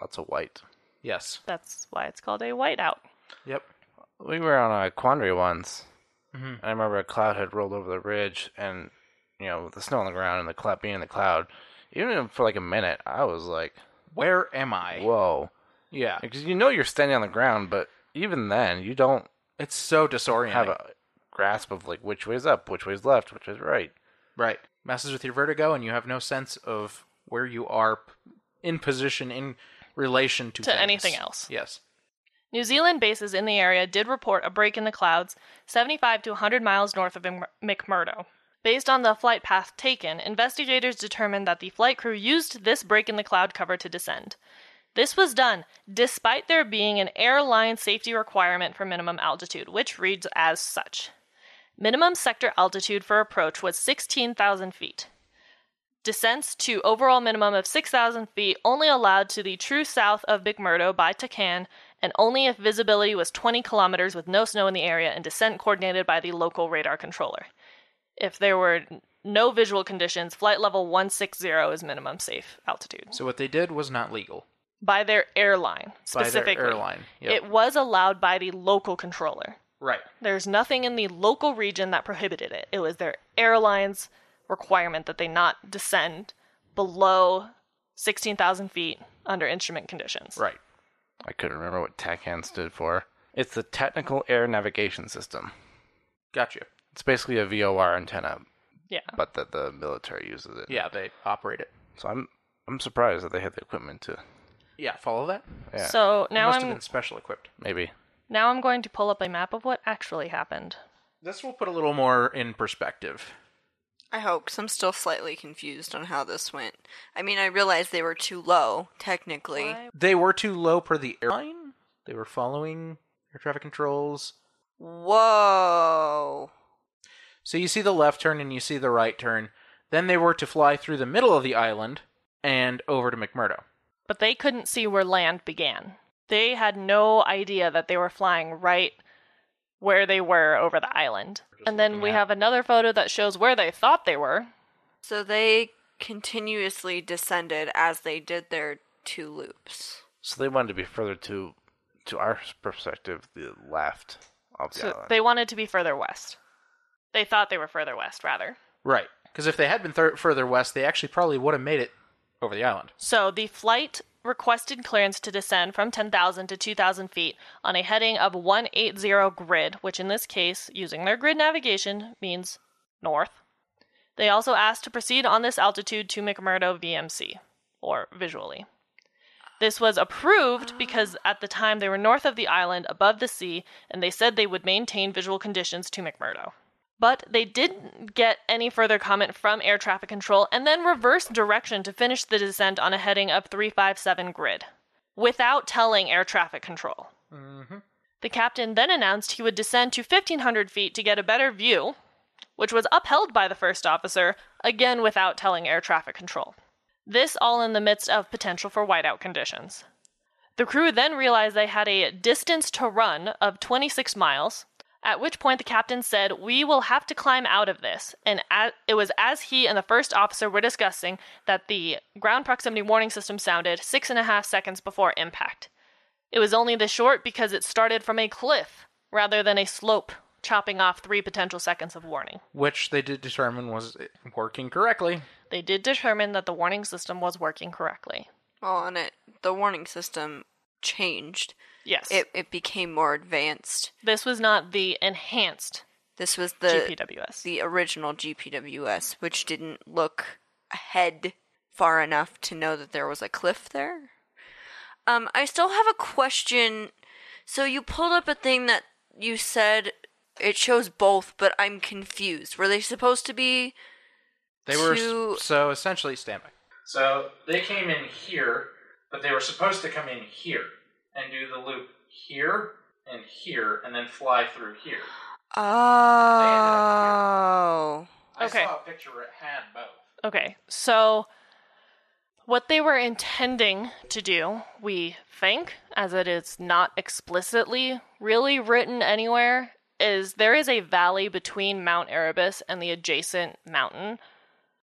Speaker 4: Lots of white.
Speaker 2: Yes.
Speaker 3: That's why it's called a whiteout.
Speaker 2: Yep.
Speaker 4: We were on a quandary once. And I remember a cloud had rolled over the ridge, and you know, with the snow on the ground and the cloud being in the cloud, even for like a minute, I was like,
Speaker 2: Where am I?
Speaker 4: "Whoa!"
Speaker 2: yeah.
Speaker 4: Because you know you're standing on the ground, but even then, you don't
Speaker 2: It's so disorienting.
Speaker 4: have a grasp of like which way's up, which way's left, which is right.
Speaker 2: right. Messes with your vertigo and you have no sense of where you are p- in position in relation to
Speaker 3: To
Speaker 2: things.
Speaker 3: anything else.
Speaker 2: Yes.
Speaker 3: New Zealand bases in the area did report a break in the clouds 75 to 100 miles north of Im- McMurdo. Based on the flight path taken, investigators determined that the flight crew used this break in the cloud cover to descend. This was done despite there being an airline safety requirement for minimum altitude, which reads as such Minimum sector altitude for approach was 16,000 feet. Descents to overall minimum of 6,000 feet only allowed to the true south of McMurdo by Takan, and only if visibility was 20 kilometers with no snow in the area and descent coordinated by the local radar controller. If there were no visual conditions, flight level 160 is minimum safe altitude
Speaker 2: So what they did was not legal.
Speaker 3: by their airline
Speaker 2: By their
Speaker 3: specifically.
Speaker 2: airline, yep.
Speaker 3: It was allowed by the local controller.
Speaker 2: Right.
Speaker 3: There's nothing in the local region that prohibited it. It was their airline's requirement that they not descend below 16,000 feet under instrument conditions.
Speaker 2: Right.
Speaker 4: I couldn't remember what TACAN stood for. It's the Technical Air Navigation System.
Speaker 2: Gotcha.
Speaker 4: It's basically a VOR antenna,
Speaker 3: Yeah.
Speaker 4: but that the military uses it.
Speaker 2: Yeah, they operate it.
Speaker 4: So I'm I'm surprised that they had the equipment to
Speaker 2: Yeah, follow that.
Speaker 4: Yeah.
Speaker 3: So
Speaker 2: It
Speaker 3: now
Speaker 2: must
Speaker 3: I'm
Speaker 2: have been special equipped.
Speaker 4: maybe.
Speaker 3: now I'm going to pull up a map of what actually happened.
Speaker 2: This will put a little more in perspective.
Speaker 5: I hope, 'cause I'm still slightly confused on how this went. I mean, I realized they were too low, technically.
Speaker 3: Why-
Speaker 2: They were too low per the airline. They were following air traffic controls.
Speaker 5: Whoa.
Speaker 2: So you see the left turn and you see the right turn. Then they were to fly through the middle of the island and over to McMurdo.
Speaker 3: But they couldn't see where land began. They had no idea that they were flying right where they were over the island. And then
Speaker 2: looking
Speaker 3: we
Speaker 2: at-
Speaker 3: have another photo that shows where they thought they were.
Speaker 5: So they continuously descended as they did their two loops.
Speaker 4: So they wanted to be further to to our perspective, the left of the
Speaker 3: So
Speaker 4: island.
Speaker 3: they wanted to be further west. They thought they were further west, rather.
Speaker 2: Right. Because if they had been thir- further west, they actually probably would have made it over the island.
Speaker 3: So the flight requested clearance to descend from 10,000 to 2,000 feet on a heading of 180 grid, which in this case, using their grid navigation, means north. They also asked to proceed on this altitude to McMurdo VMC, or visually. This was approved because at the time they were north of the island above the sea, and they said they would maintain visual conditions to McMurdo. But they didn't get any further comment from air traffic control and then reversed direction to finish the descent on a heading of 357 grid without telling air traffic control. The captain then announced he would descend to 1,500 feet to get a better view, which was upheld by the first officer, again without telling air traffic control. This all in the midst of potential for whiteout conditions. The crew then realized they had a distance to run of 26 miles, at which point the captain said, We will have to climb out of this. And as, it was as he and the first officer were discussing that the ground proximity warning system sounded six and a half seconds before impact. It was only this short because it started from a cliff rather than a slope, chopping off three potential seconds of warning.
Speaker 2: Which they did determine was working correctly.
Speaker 3: They did determine that the warning system was working correctly.
Speaker 5: Well, and it the warning system changed.
Speaker 3: Yes.
Speaker 5: It it became more advanced.
Speaker 3: this was not the enhanced
Speaker 5: This was the
Speaker 3: GPWS.
Speaker 5: the original GPWS, which didn't look ahead far enough to know that there was a cliff there. Um, I still have a question. So you pulled up a thing that you said it shows both, but I'm confused. Were they supposed to be?
Speaker 2: They were
Speaker 5: To-
Speaker 2: so essentially standby. So they came in here, but they were supposed to come in here and do the loop here and here and then fly through here.
Speaker 5: Oh,
Speaker 3: Okay.
Speaker 2: a picture where it had both.
Speaker 3: Okay, so what they were intending to do, we think, as it is not explicitly really written anywhere, is there is a valley between Mount Erebus and the adjacent mountain,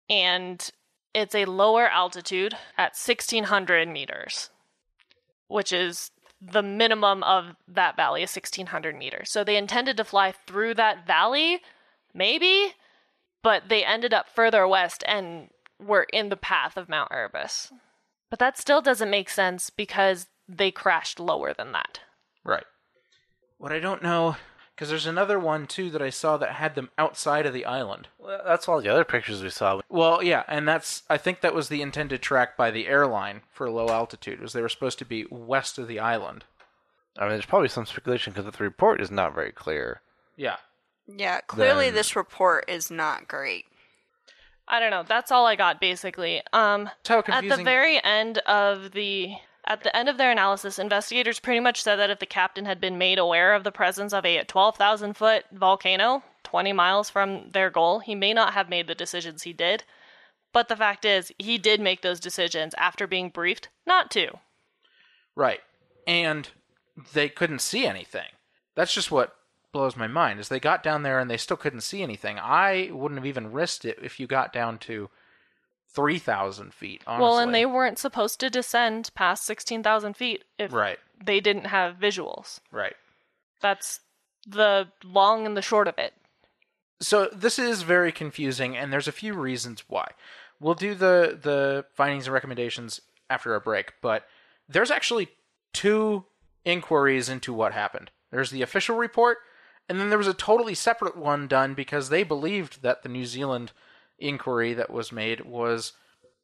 Speaker 3: and it's a lower altitude at 1600 meters, which is the minimum of that valley is 1600 meters. So they intended to fly through that valley, maybe, but they ended up further west and were in the path of Mount Erebus. But that still doesn't make sense because they crashed lower than that.
Speaker 2: Right. What I don't know, because there's another one too that I saw that had them outside of the island.
Speaker 4: Well, that's all the other pictures we saw.
Speaker 2: Well, yeah, and that's I think that was the intended track by the airline for low altitude was they were supposed to be west of the island.
Speaker 4: I mean, there's probably some speculation because the report is not very clear.
Speaker 2: Yeah.
Speaker 5: Yeah, clearly
Speaker 4: Then-
Speaker 5: this report is not great.
Speaker 3: I don't know. That's all I got basically. Um,
Speaker 2: That's how
Speaker 3: at
Speaker 2: confusing.
Speaker 3: the very end of the at the end of their analysis, investigators pretty much said that if the captain had been made aware of the presence of a 12,000 foot volcano 20 miles from their goal, he may not have made the decisions he did. But the fact is, he did make those decisions after being briefed not to.
Speaker 2: Right. And they couldn't see anything. That's just what blows my mind is they got down there and they still couldn't see anything. I wouldn't have even risked it if you got down to 3,000 feet, honestly.
Speaker 3: Well, and they weren't supposed to descend past 16,000 feet if
Speaker 2: Right,
Speaker 3: they didn't have visuals.
Speaker 2: right.
Speaker 3: That's the long and the short of it.
Speaker 2: So this is very confusing and there's a few reasons why. We'll do the the findings and recommendations after our break, but there's actually two inquiries into what happened. There's the official report, and then there was a totally separate one done because they believed that the New Zealand inquiry that was made was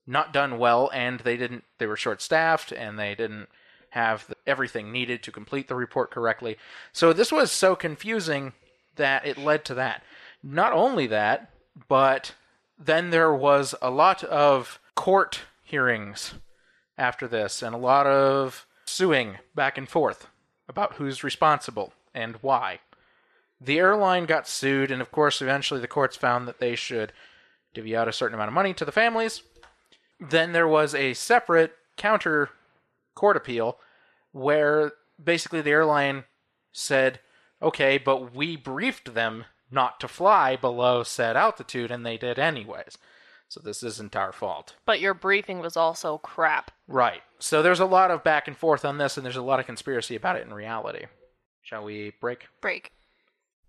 Speaker 2: not done well, and they didn't. They were short-staffed, and they didn't have the, everything needed to complete the report correctly. So this was so confusing that it led to that. Not only that, but then there was a lot of court hearings after this and a lot of suing back and forth about who's responsible and why. The airline got sued, and of course, eventually the courts found that they should divvy out a certain amount of money to the families. Then there was a separate counter court appeal where basically the airline said, okay, but we briefed them not to fly below said altitude, and they did anyways. So this isn't our fault.
Speaker 3: But your briefing was also crap.
Speaker 2: Right. So there's a lot of back and forth on this, and there's a lot of conspiracy about it in reality. Shall we break?
Speaker 5: Break.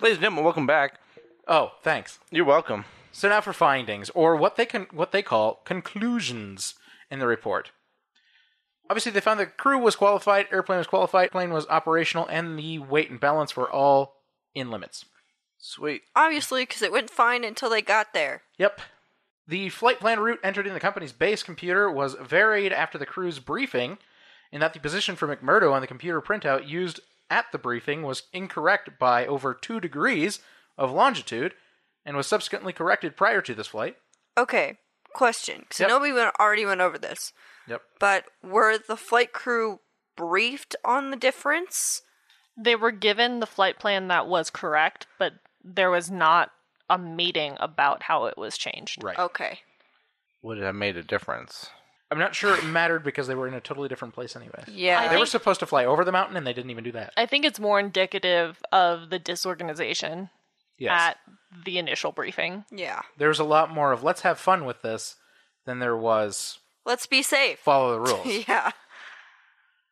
Speaker 4: Ladies and gentlemen, welcome back.
Speaker 2: Oh, thanks.
Speaker 4: You're welcome.
Speaker 2: So now for findings, or what they con- what they call conclusions in the report. Obviously, they found the crew was qualified, airplane was qualified, plane was operational, and the weight and balance were all in limits.
Speaker 4: Sweet.
Speaker 5: Obviously, because it went fine until they got there.
Speaker 2: Yep. The flight plan route entered in the company's base computer was varied after the crew's briefing, and that the position for McMurdo on the computer printout used at the briefing was incorrect by over two degrees of longitude, and was subsequently corrected prior to this flight.
Speaker 5: Okay, question. So
Speaker 2: Yep.
Speaker 5: nobody went, already went over this,
Speaker 2: Yep.
Speaker 5: but were the flight crew briefed on the difference?
Speaker 3: They were given the flight plan that was correct, but there was not a meeting about how it was changed.
Speaker 2: Right.
Speaker 5: Okay.
Speaker 4: Would it have made a difference?
Speaker 2: I'm not sure it mattered because they were in a totally different place anyway.
Speaker 5: Yeah.
Speaker 3: I
Speaker 2: They were
Speaker 3: think-
Speaker 2: supposed to fly over the mountain, and they didn't even do that.
Speaker 3: I think it's more indicative of the disorganization
Speaker 2: Yes.
Speaker 3: at the initial briefing.
Speaker 5: yeah.
Speaker 2: there was a lot more of let's have fun with this than there was
Speaker 5: Let's be safe.
Speaker 2: follow the rules.
Speaker 5: yeah.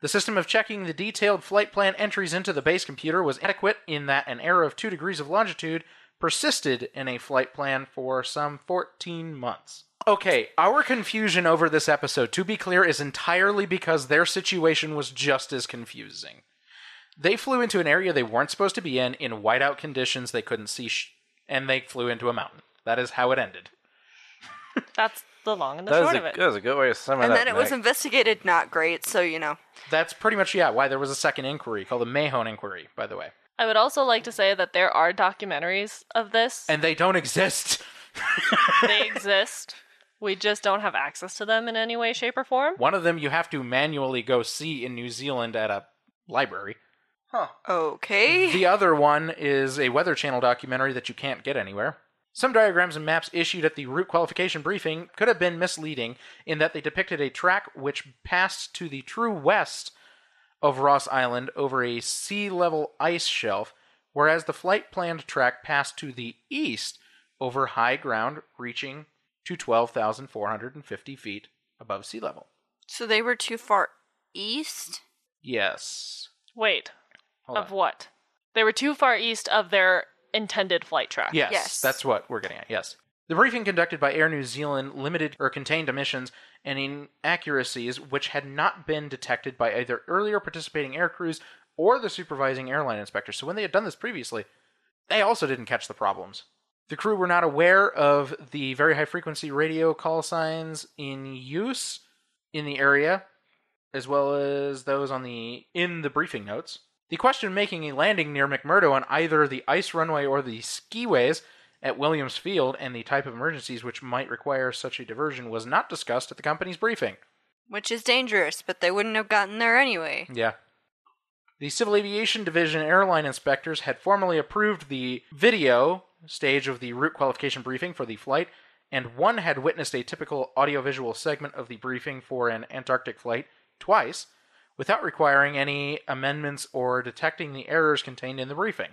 Speaker 2: The system of checking the detailed flight plan entries into the base computer was adequate in that an error of 2 degrees of longitude persisted in a flight plan for some 14 months. Okay, our confusion over this episode, to be clear, is entirely because their situation was just as confusing. They flew into an area they weren't supposed to be in, in whiteout conditions they couldn't see, sh- and they flew into a mountain. That is how it ended.
Speaker 3: That's the long and the
Speaker 4: That was,
Speaker 3: short
Speaker 4: a,
Speaker 3: of it.
Speaker 4: that was a good way to sum it
Speaker 5: And
Speaker 4: up.
Speaker 5: then it was
Speaker 4: Nick.
Speaker 5: investigated not great, so you know.
Speaker 2: That's pretty much, yeah, why there was a second inquiry called the Mahone inquiry, by the way.
Speaker 3: I would also like to say that there are documentaries of this.
Speaker 2: And they don't exist.
Speaker 3: they exist. We just don't have access to them in any way, shape, or form.
Speaker 2: One of them you have to manually go see in New Zealand at a library.
Speaker 5: Okay.
Speaker 2: The other one is a Weather Channel documentary that you can't get anywhere. Some diagrams and maps issued at the route qualification briefing could have been misleading in that they depicted a track which passed to the true west of Ross Island over a sea level ice shelf, whereas the flight planned track passed to the east over high ground reaching to 12,450 feet above sea level.
Speaker 5: so they were too far east?
Speaker 2: Yes.
Speaker 3: Wait,
Speaker 2: Hold
Speaker 3: of
Speaker 2: on.
Speaker 3: what? They were too far east of their intended flight track.
Speaker 2: Yes,
Speaker 5: Yes.
Speaker 2: that's what we're getting at. Yes. The briefing conducted by Air New Zealand limited or contained omissions and inaccuracies which had not been detected by either earlier participating air crews or the supervising airline inspector. So when they had done this previously, they also didn't catch the problems. The crew were not aware of the very high frequency radio call signs in use in the area, as well as those on the in the briefing notes. The question of making a landing near McMurdo on either the ice runway or the skiways at Williams Field and the type of emergencies which might require such a diversion was not discussed at the company's briefing.
Speaker 5: Which is dangerous, but they wouldn't have gotten there anyway.
Speaker 2: Yeah. The Civil Aviation Division airline inspectors had formally approved the video stage of the route qualification briefing for the flight, and one had witnessed a typical audiovisual segment of the briefing for an Antarctic flight twice without requiring any amendments or detecting the errors contained in the briefing.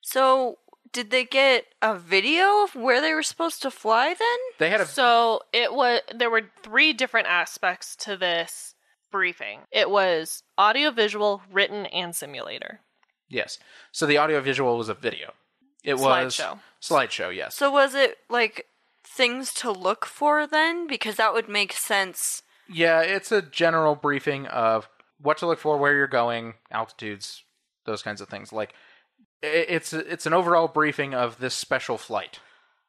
Speaker 5: So, did they get a video of where they were supposed to fly then?
Speaker 2: They had a
Speaker 3: So it was there were three different aspects to this briefing. It was audiovisual, written, and simulator.
Speaker 2: yes. So the audiovisual was a video. It was
Speaker 3: Slideshow.
Speaker 2: slideshow, yes.
Speaker 5: So, was it like things to look for then? Because that would make sense.
Speaker 2: Yeah, it's a general briefing of what to look for, where you're going, altitudes, those kinds of things. Like i- it's it's an overall briefing of this special flight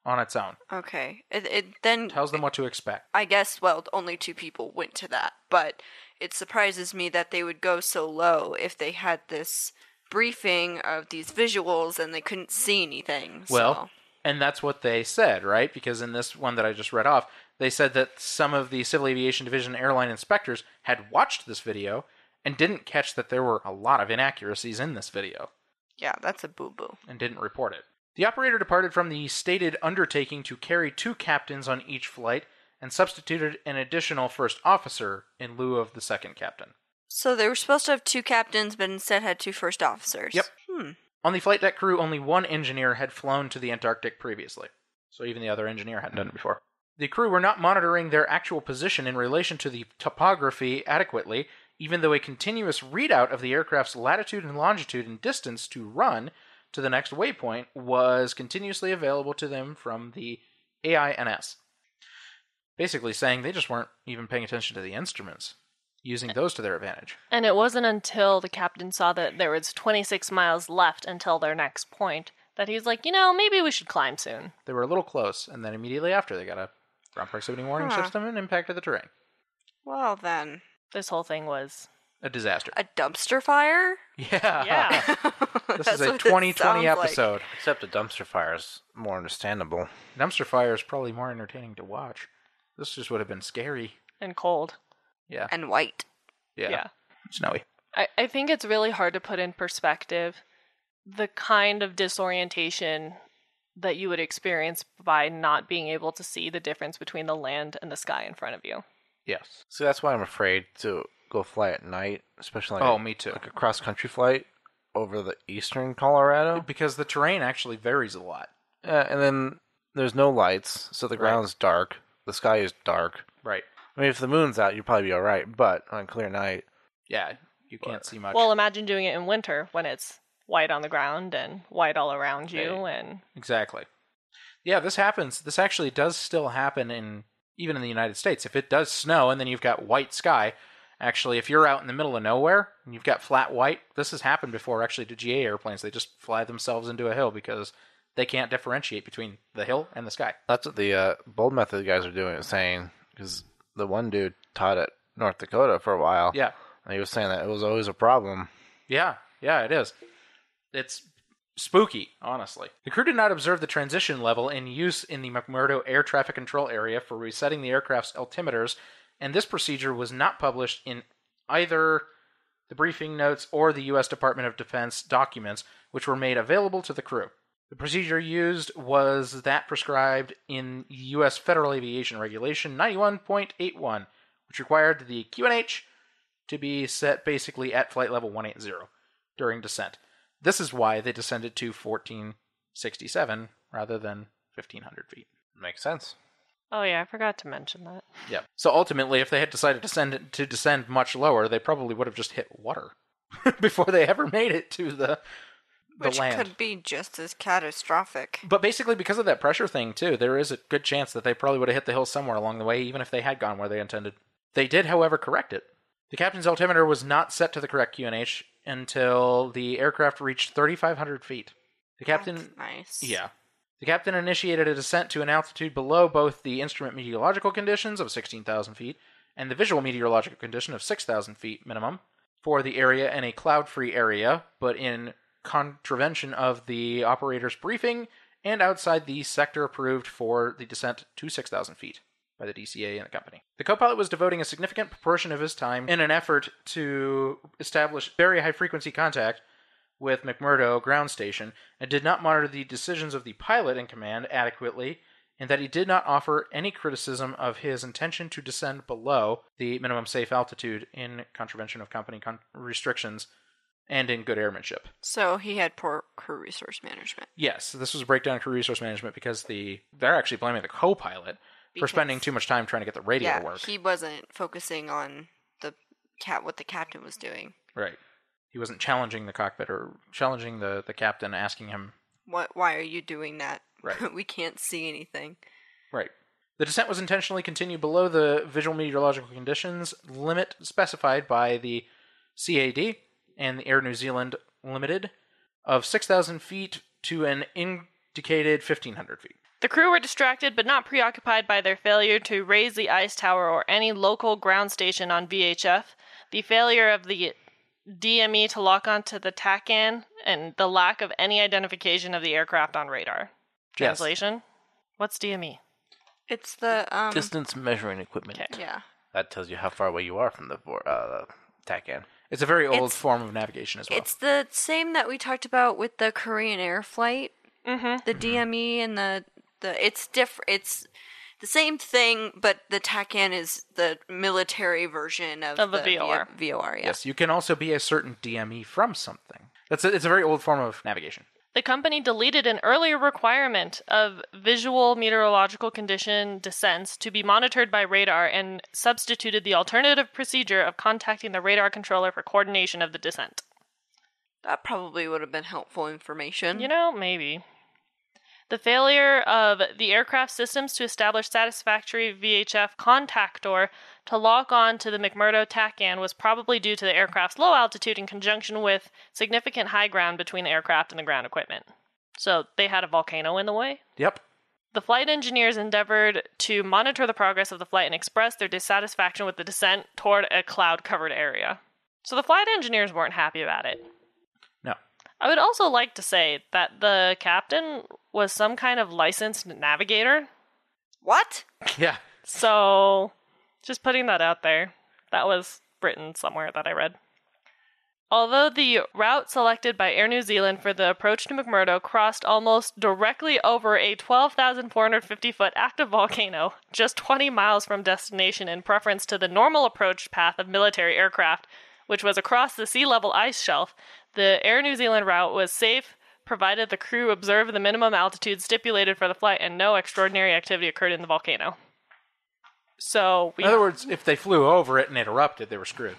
Speaker 2: on its own.
Speaker 5: Okay. It, it then
Speaker 2: Tells them what to expect.
Speaker 5: I guess, well, only two people went to that, but it surprises me that they would go so low if they had this briefing of these visuals and they couldn't see anything. so-
Speaker 2: Well, and that's what they said, right? Because in this one that I just read off, they said that some of the Civil Aviation Division airline inspectors had watched this video and didn't catch that there were a lot of inaccuracies in this video.
Speaker 5: yeah, that's a boo boo.
Speaker 2: and didn't report it. The operator departed from the stated undertaking to carry two captains on each flight and substituted an additional first officer in lieu of the second captain.
Speaker 5: So they were supposed to have two captains, but instead had two first officers.
Speaker 2: Yep.
Speaker 5: Hmm.
Speaker 2: On the flight deck crew, only one engineer had flown to the Antarctic previously, so even the other engineer hadn't done it before. The crew were not monitoring their actual position in relation to the topography adequately, even though a continuous readout of the aircraft's latitude and longitude and distance to run to the next waypoint was continuously available to them from the AINS. Basically, saying they just weren't even paying attention to the instruments,
Speaker 5: Eh.
Speaker 2: using those to their advantage.
Speaker 3: And it wasn't until the captain saw that there was 26 miles left until their next point that he was like, you know, maybe we should climb soon.
Speaker 2: They were a little close, and then immediately after, they got a ground proximity warning
Speaker 5: Huh.
Speaker 2: system and impacted the terrain.
Speaker 5: Well, then.
Speaker 3: This whole thing was
Speaker 2: A disaster.
Speaker 5: A dumpster fire?
Speaker 2: yeah.
Speaker 3: yeah.
Speaker 2: This
Speaker 5: That's
Speaker 2: is a
Speaker 5: what it
Speaker 2: 2020
Speaker 5: sounds like.
Speaker 2: episode.
Speaker 4: Except a dumpster fire is more understandable.
Speaker 2: Dumpster fire is probably more entertaining to watch. This just would have been scary.
Speaker 3: and cold.
Speaker 2: Yeah.
Speaker 5: And white.
Speaker 2: Yeah.
Speaker 3: yeah.
Speaker 2: Snowy.
Speaker 3: I, I think it's really hard to put in perspective the kind of disorientation that you would experience by not being able to see the difference between the land and the sky in front of you.
Speaker 2: Yes.
Speaker 4: See, that's why I'm afraid to go fly at night, especially like
Speaker 2: Oh,
Speaker 4: a,
Speaker 2: me too.
Speaker 4: like a cross country flight over the eastern Colorado.
Speaker 2: Because the terrain actually varies a lot.
Speaker 4: Uh, and then there's no lights, so the
Speaker 2: Right.
Speaker 4: ground's dark. The sky is dark.
Speaker 2: Right.
Speaker 4: I mean, if the moon's out, you'd probably be all right. But on a clear night,
Speaker 2: Yeah. You can't see much.
Speaker 3: Well, um, imagine doing it in winter when it's white on the ground and white all around you and
Speaker 2: exactly. Yeah, this happens. This actually does still happen in even in the United States. If it does snow and then you've got white sky, actually if you're out in the middle of nowhere and you've got flat white, this has happened before actually to GA airplanes. They just fly themselves into a hill because they can't differentiate between the hill and the sky.
Speaker 4: that's what the uh, bold method guys are doing. Is saying because the one dude taught at North Dakota for a while.
Speaker 2: Yeah.
Speaker 4: and he was saying that it was always a problem.
Speaker 2: Yeah, yeah, it is. It's spooky, honestly. The crew did not observe the transition level in use in the McMurdo Air Traffic Control Area for resetting the aircraft's altimeters, and this procedure was not published in either the briefing notes or the U.S. Department of Defense documents, which were made available to the crew. The procedure used was that prescribed in U.S. Federal Aviation Regulation 91.81, which required the QNH to be set basically at flight level 180 during descent. This is why they descended to 1467 rather than 1500 feet.
Speaker 4: Makes sense.
Speaker 3: oh yeah, I forgot to mention that.
Speaker 2: Yeah. So ultimately, if they had decided to, send, to descend much lower, they probably would have just hit water. before they ever made it to the the
Speaker 5: Which
Speaker 2: land.
Speaker 5: could be just as catastrophic.
Speaker 2: But basically, because of that pressure thing too, there is a good chance that they probably would have hit the hill somewhere along the way, even if they had gone where they intended. They did, however, correct it. The captain's altimeter was not set to the correct QNH until the aircraft reached 3,500 feet. The captain,
Speaker 5: That's nice.
Speaker 2: yeah, the captain initiated a descent to an altitude below both the instrument meteorological conditions of 16,000 feet and the visual meteorological condition of 6,000 feet minimum for the area in a cloud-free area, but in contravention of the operator's briefing and outside the sector approved for the descent to 6,000 feet by the DCA and the company. The co-pilot was devoting a significant proportion of his time in an effort to establish very high-frequency contact with McMurdo ground station and did not monitor the decisions of the pilot in command adequately, and that he did not offer any criticism of his intention to descend below the minimum safe altitude in contravention of company con- restrictions and in good airmanship.
Speaker 5: So he had poor crew resource management.
Speaker 2: Yes, this was a breakdown of crew resource management because the they're actually blaming the co-pilot for
Speaker 5: Because-
Speaker 2: spending too much time trying to get the radio
Speaker 5: yeah,
Speaker 2: to work.
Speaker 5: he wasn't focusing on the cat what the captain was doing.
Speaker 2: Right. He wasn't challenging the cockpit or challenging the, the captain, asking him
Speaker 5: What? Why are you doing that?
Speaker 2: Right.
Speaker 5: we can't see anything.
Speaker 2: Right. The descent was intentionally continued below the visual meteorological conditions limit specified by the CAD and the Air New Zealand Limited of 6,000 feet to an indicated 1,500 feet.
Speaker 3: The crew were distracted but not preoccupied by their failure to raise the ice tower or any local ground station on VHF. The failure of the DME to lock onto the TACAN and the lack of any identification of the aircraft on radar.
Speaker 2: Yes.
Speaker 3: Translation? What's E? DME?
Speaker 5: It's the um.
Speaker 4: Distance measuring equipment.
Speaker 3: Okay.
Speaker 5: yeah.
Speaker 4: That tells you how far away you are from the vor- uh, TACAN.
Speaker 2: It's a very old
Speaker 5: It's-
Speaker 2: form of navigation as well.
Speaker 5: It's the same that we talked about with the Korean Air flight,
Speaker 3: Mm-hmm.
Speaker 5: the DME, and the the. It's different. It's the same thing, but the TACAN is the military version of,
Speaker 3: Of the
Speaker 5: V-
Speaker 3: VOR.
Speaker 5: VOR, yeah.
Speaker 2: Yes, you can also be a certain DME from something. That's a, it's a very old form of navigation.
Speaker 3: The company deleted an earlier requirement of visual meteorological condition descents to be monitored by radar and substituted the alternative procedure of contacting the radar controller for coordination of the descent.
Speaker 5: That probably would have been helpful information.
Speaker 3: You know, maybe. The failure of the aircraft systems to establish satisfactory VHF contactor to lock on to the McMurdo TACAN was probably due to the aircraft's low altitude in conjunction with significant high ground between the aircraft and the ground equipment. So they had a volcano in the way?
Speaker 2: Yep.
Speaker 3: The flight engineers endeavored to monitor the progress of the flight and express their dissatisfaction with the descent toward a cloud covered area. So the flight engineers weren't happy about it.
Speaker 2: No.
Speaker 3: I would also like to say that the captain was some kind of licensed navigator.
Speaker 5: What?
Speaker 2: Yeah.
Speaker 3: So just putting that out there. That was written somewhere that I read. Although the route selected by Air New Zealand for the approach to McMurdo crossed almost directly over a 12,450 foot active volcano, just 20 miles from destination, in preference to the normal approach path of military aircraft, which was across the sea level ice shelf, the Air New Zealand route was safe provided the crew observed the minimum altitude stipulated for the flight and no extraordinary activity occurred in the volcano. So, we
Speaker 2: In other words, if they flew over it and it erupted, they were screwed.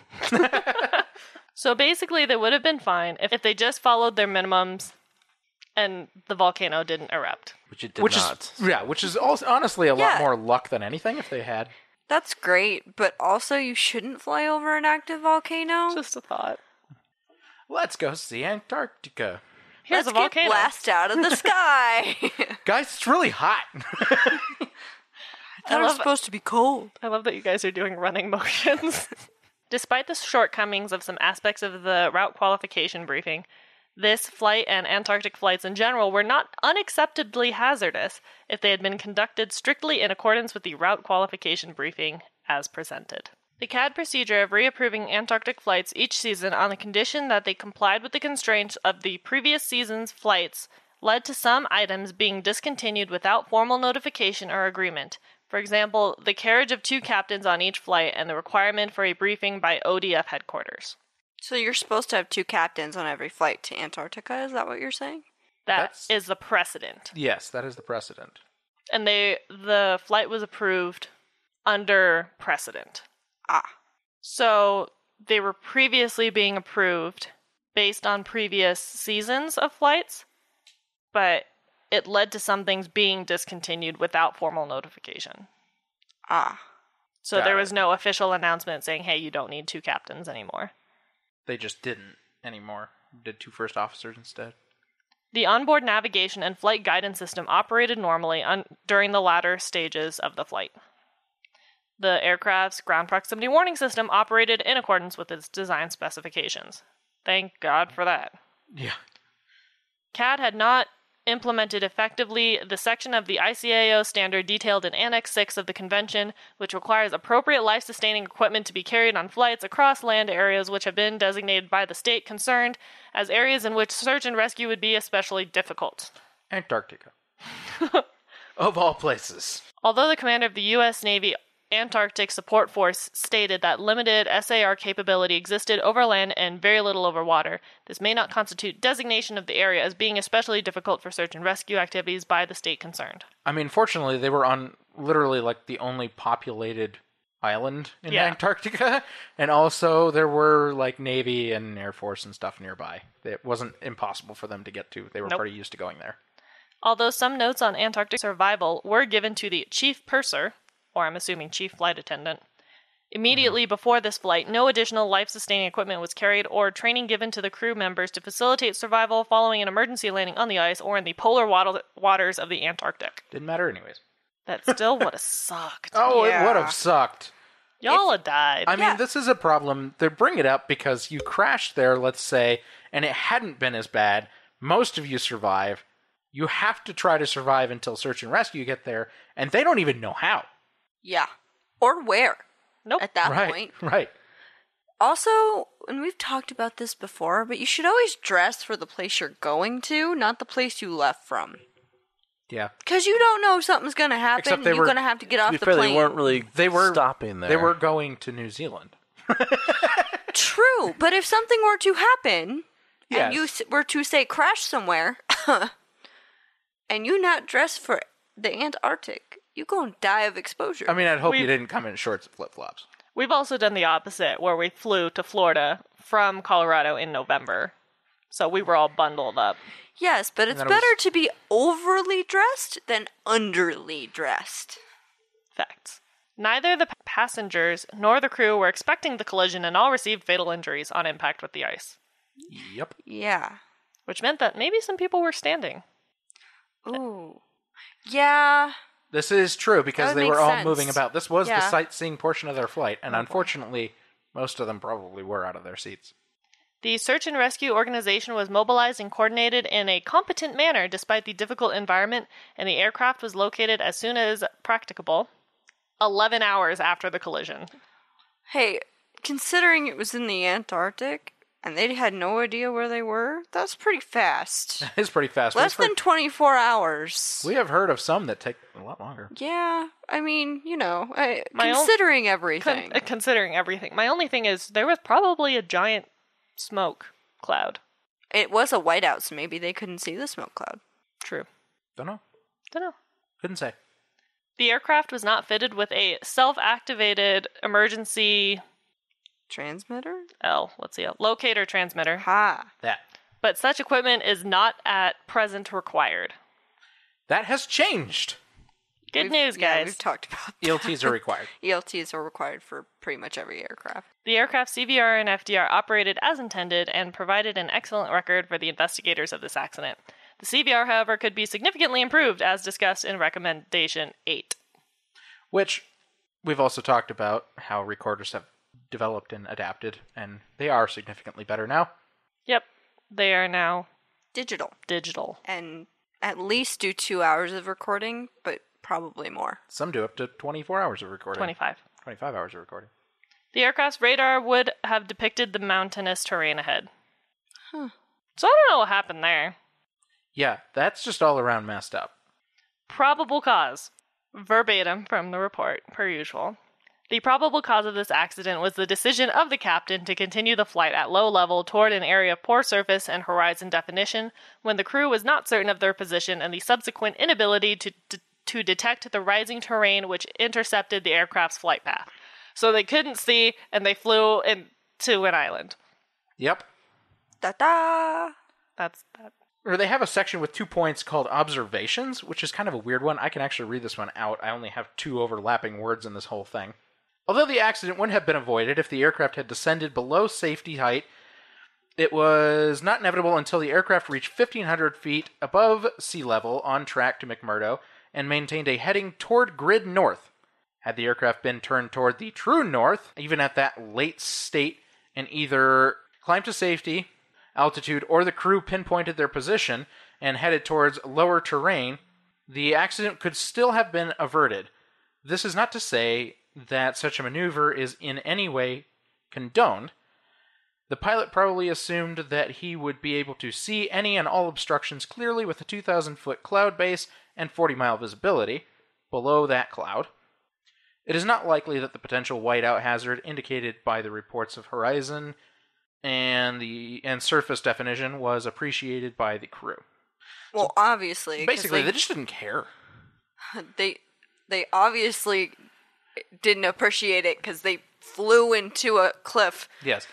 Speaker 3: So basically, they would have been fine if, if they just followed their minimums and the volcano didn't erupt.
Speaker 4: Which it did
Speaker 2: which
Speaker 4: not.
Speaker 2: is yeah, which is also, honestly a lot
Speaker 5: Yeah.
Speaker 2: more luck than anything if they had.
Speaker 5: That's great, but also you shouldn't fly over an active volcano.
Speaker 3: Just a thought.
Speaker 2: Let's go see Antarctica.
Speaker 3: Here's
Speaker 5: Let's
Speaker 3: a volcano.
Speaker 5: Get blast out of the sky.
Speaker 2: Guys, it's really hot.
Speaker 5: that
Speaker 3: love-
Speaker 5: was supposed to be cold.
Speaker 3: I love that you guys are doing running motions. Despite the shortcomings of some aspects of the route qualification briefing, this flight and Antarctic flights in general were not unacceptably hazardous if they had been conducted strictly in accordance with the route qualification briefing as presented. The CAD procedure of reapproving Antarctic flights each season on the condition that they complied with the constraints of the previous season's flights led to some items being discontinued without formal notification or agreement. For example, the carriage of two captains on each flight and the requirement for a briefing by ODF headquarters.
Speaker 5: So you're supposed to have two captains on every flight to Antarctica. Is that what you're saying?
Speaker 3: That's...
Speaker 2: That's-
Speaker 3: the precedent.
Speaker 2: yes, that is the precedent.
Speaker 3: And they the flight was approved under precedent.
Speaker 5: Ah,
Speaker 3: So they were previously being approved based on previous seasons of flights, but it led to some things being discontinued without formal notification.
Speaker 5: Ah.
Speaker 3: So
Speaker 2: Got
Speaker 3: there
Speaker 2: it.
Speaker 3: was no official announcement saying, hey, you don't need two captains anymore.
Speaker 2: They just didn't anymore. Did two first officers instead.
Speaker 3: The onboard navigation and flight guidance system operated normally on, during the latter stages of the flight. The aircraft's ground proximity warning system operated in accordance with its design specifications. Thank God for that.
Speaker 2: Yeah.
Speaker 3: CAD had not implemented effectively the section of the ICAO standard detailed in Annex 6 of the Convention, which requires appropriate life sustaining equipment to be carried on flights across land areas which have been designated by the state concerned as areas in which search and rescue would be especially difficult.
Speaker 2: Antarctica. of all places.
Speaker 3: Although the commander of the U.S. Navy Antarctic Support Force stated that limited SAR capability existed over land and very little over water, this may not constitute designation of the area as being especially difficult for search and rescue activities by the state concerned.
Speaker 2: I mean, fortunately, they were on literally like the only populated island in
Speaker 3: Yeah.
Speaker 2: Antarctica, and also there were like Navy and Air Force and stuff nearby. It wasn't impossible for them to get to. They were
Speaker 3: Nope.
Speaker 2: pretty used to going there.
Speaker 3: Although some notes on Antarctic survival were given to the chief purser, or I'm assuming chief flight attendant, immediately before this flight, no additional life sustaining equipment was carried or training given to the crew members to facilitate survival following an emergency landing on the ice or in the polar wat- waters of the Antarctic.
Speaker 2: Didn't matter, anyways.
Speaker 3: That still would have sucked.
Speaker 2: Oh,
Speaker 5: Yeah.
Speaker 2: it would have sucked.
Speaker 3: Y'all have died.
Speaker 2: I mean, this is a problem. They bring it up because you crashed there, let's say, and it hadn't been as bad. Most of you survive. You have to try to survive until search and rescue get there, and they don't even know how.
Speaker 5: Yeah. Or where
Speaker 3: nope.
Speaker 5: at that
Speaker 2: right.
Speaker 5: point.
Speaker 2: Right.
Speaker 5: Also, and we've talked about this before, but you should always dress for the place you're going to, not the place you left from.
Speaker 2: Yeah.
Speaker 5: Because you don't know if something's going to happen.
Speaker 2: Except
Speaker 5: and
Speaker 2: they
Speaker 5: you're
Speaker 2: were-
Speaker 5: going to have to get
Speaker 4: To
Speaker 5: off
Speaker 4: be
Speaker 5: the
Speaker 4: fair,
Speaker 5: plane.
Speaker 4: they weren't really
Speaker 2: They were
Speaker 4: stopping there.
Speaker 2: They were going to New Zealand.
Speaker 5: True, but if something were to happen,
Speaker 2: Yes.
Speaker 5: and you s- were to say crash somewhere, and you not dress for the Antarctic, you gonna die of exposure.
Speaker 2: I mean, I'd hope
Speaker 3: We-
Speaker 2: you didn't come in shorts and flip flops.
Speaker 3: We've also done the opposite, where we flew to Florida from Colorado in November. So we were all bundled up.
Speaker 5: yes, but it's
Speaker 2: that
Speaker 5: better
Speaker 2: it was-
Speaker 5: to be overly dressed than underly dressed.
Speaker 3: Facts. Neither the passengers nor the crew were expecting the collision and all received fatal injuries on impact with the ice,
Speaker 2: Yep.
Speaker 5: Yeah.
Speaker 3: which meant that maybe some people were standing.
Speaker 5: Ooh. Yeah.
Speaker 2: This is true because
Speaker 5: would
Speaker 2: they
Speaker 5: make
Speaker 2: were all
Speaker 5: sense.
Speaker 2: moving about. This was the
Speaker 5: Yeah. Oh,
Speaker 2: sightseeing portion of their flight, and unfortunately, most of them probably were out of their seats.
Speaker 3: The search and rescue organization was mobilized and coordinated in a competent manner despite the difficult environment, and the aircraft was located as soon as practicable, 11 hours after the collision.
Speaker 5: Hey, considering it was in the Antarctic and they had no idea where they were, that's pretty fast.
Speaker 2: It's pretty fast. We've
Speaker 5: Less than
Speaker 2: heard-
Speaker 5: twenty four hours.
Speaker 2: we have heard of some that take a lot longer.
Speaker 5: Yeah, I mean, you know, I,
Speaker 3: My own-
Speaker 5: considering
Speaker 3: Con-
Speaker 5: everything.
Speaker 3: uh, considering everything. My only thing is, there was probably a giant smoke cloud.
Speaker 5: it was a whiteout, so maybe they couldn't see the smoke cloud.
Speaker 3: True.
Speaker 2: Don't know.
Speaker 3: Don't know.
Speaker 2: Couldn't say.
Speaker 3: The aircraft was not fitted with a self activated emergency
Speaker 5: Transmitter?
Speaker 3: L, let's see, a locator transmitter,
Speaker 5: Ha.
Speaker 2: That
Speaker 3: but such equipment is not at present required.
Speaker 2: that has changed.
Speaker 3: Good
Speaker 5: We've-
Speaker 3: news,
Speaker 5: yeah,
Speaker 3: guys.
Speaker 5: we've talked about that.
Speaker 2: ELTs E are required.
Speaker 5: ELTs are required for pretty much every aircraft.
Speaker 3: the aircraft CVR and FDR operated as intended and provided an excellent record for the investigators of this accident. The CVR, however, could be significantly improved as discussed in recommendation 8.
Speaker 2: Which we've also talked about how recorders have developed and adapted, and they are significantly better now.
Speaker 3: Yep, they are now
Speaker 5: Digital.
Speaker 3: digital.
Speaker 5: And at least do two hours of recording, but probably more.
Speaker 2: Some do up to 24 hours of recording.
Speaker 3: 25.
Speaker 2: 25 hours of recording.
Speaker 3: The aircraft's radar would have depicted the mountainous terrain ahead. So I don't know what happened there.
Speaker 2: Yeah, that's just all around messed up.
Speaker 3: Probable cause. Verbatim from the report, per usual. The probable cause of this accident was the decision of the captain to continue the flight at low level toward an area of poor surface and horizon definition when the crew was not certain of their position and the subsequent inability to, to, to detect the rising terrain which intercepted the aircraft's flight path. So they couldn't see and they flew in to an island.
Speaker 2: Yep.
Speaker 5: Da da.
Speaker 3: That's that.
Speaker 2: Or they have a section with two points called observations, which is kind of a weird one. I can actually read this one out. I only have two overlapping words in this whole thing. Although the accident would have been avoided if the aircraft had descended below safety height, it was not inevitable until the aircraft reached 1,500 feet above sea level on track to McMurdo and maintained a heading toward grid north. Had the aircraft been turned toward the true north, even at that late state, and either climbed to safety, altitude, or the crew pinpointed their position and headed towards lower terrain, the accident could still have been averted. This is not to say that such a maneuver is in any way condoned. The pilot probably assumed that he would be able to see any and all obstructions clearly with a 2,000 foot cloud base and 40 mile visibility below that cloud. It is not likely that the potential whiteout hazard indicated by the reports of horizon and the and surface definition was appreciated by the crew.
Speaker 5: Well, obviously. 'cause
Speaker 2: Basically,
Speaker 5: they,
Speaker 2: they just didn't care.
Speaker 5: they they obviously didn't appreciate it because they flew into a cliff.
Speaker 2: Yes.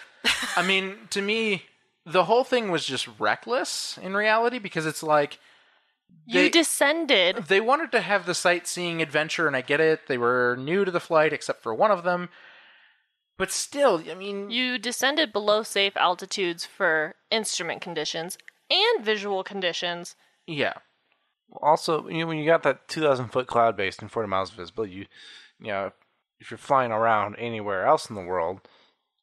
Speaker 2: I mean, to me, the whole thing was just reckless in reality because it's like They-
Speaker 3: you descended.
Speaker 2: they wanted to have the sightseeing adventure, and I get it. They were new to the flight, except for one of them. But still, I mean,
Speaker 3: You descended below safe altitudes for instrument conditions and visual conditions.
Speaker 2: yeah.
Speaker 4: Also, you know, when you got that 2,000 foot cloud base and 40 miles of visibility, you, you know, if you're flying around anywhere else in the world,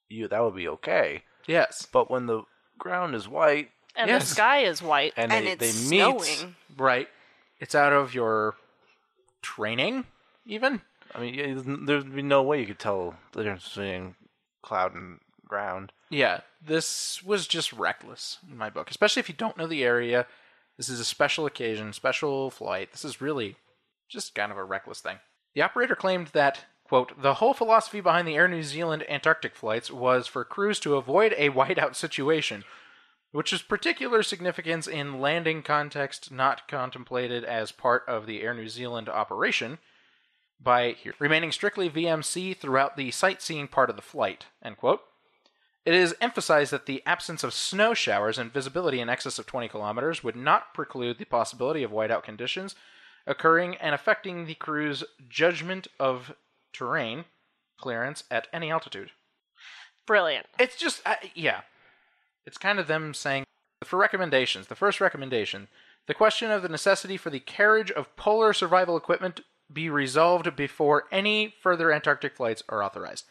Speaker 4: you that would be okay.
Speaker 2: Yes.
Speaker 4: But when the ground is white
Speaker 3: And
Speaker 2: Yes.
Speaker 3: the sky is white.
Speaker 4: and,
Speaker 5: And
Speaker 4: they,
Speaker 5: it's
Speaker 4: they meet,
Speaker 5: snowing.
Speaker 2: Right. It's out of your training, even.
Speaker 4: I mean, yeah, there's- there'd be no way you could tell the difference between cloud and ground.
Speaker 2: Yeah. This was just reckless in my book, especially if you don't know the area. This is a special occasion, special flight. This is really just kind of a reckless thing. The operator claimed that, quote, the whole philosophy behind the Air New Zealand Antarctic flights was for crews to avoid a whiteout situation, which is particular significance in landing context not contemplated as part of the Air New Zealand operation by here, remaining strictly VMC throughout the sightseeing part of the flight, end quote. It is emphasized that the absence of snow showers and visibility in excess of 20 kilometers would not preclude the possibility of whiteout conditions occurring and affecting the crew's judgment of terrain clearance at any altitude.
Speaker 3: Brilliant.
Speaker 2: It's just, uh, yeah. It's kind of them saying, for recommendations, the first recommendation, the question of the necessity for the carriage of polar survival equipment be resolved before any further Antarctic flights are authorized.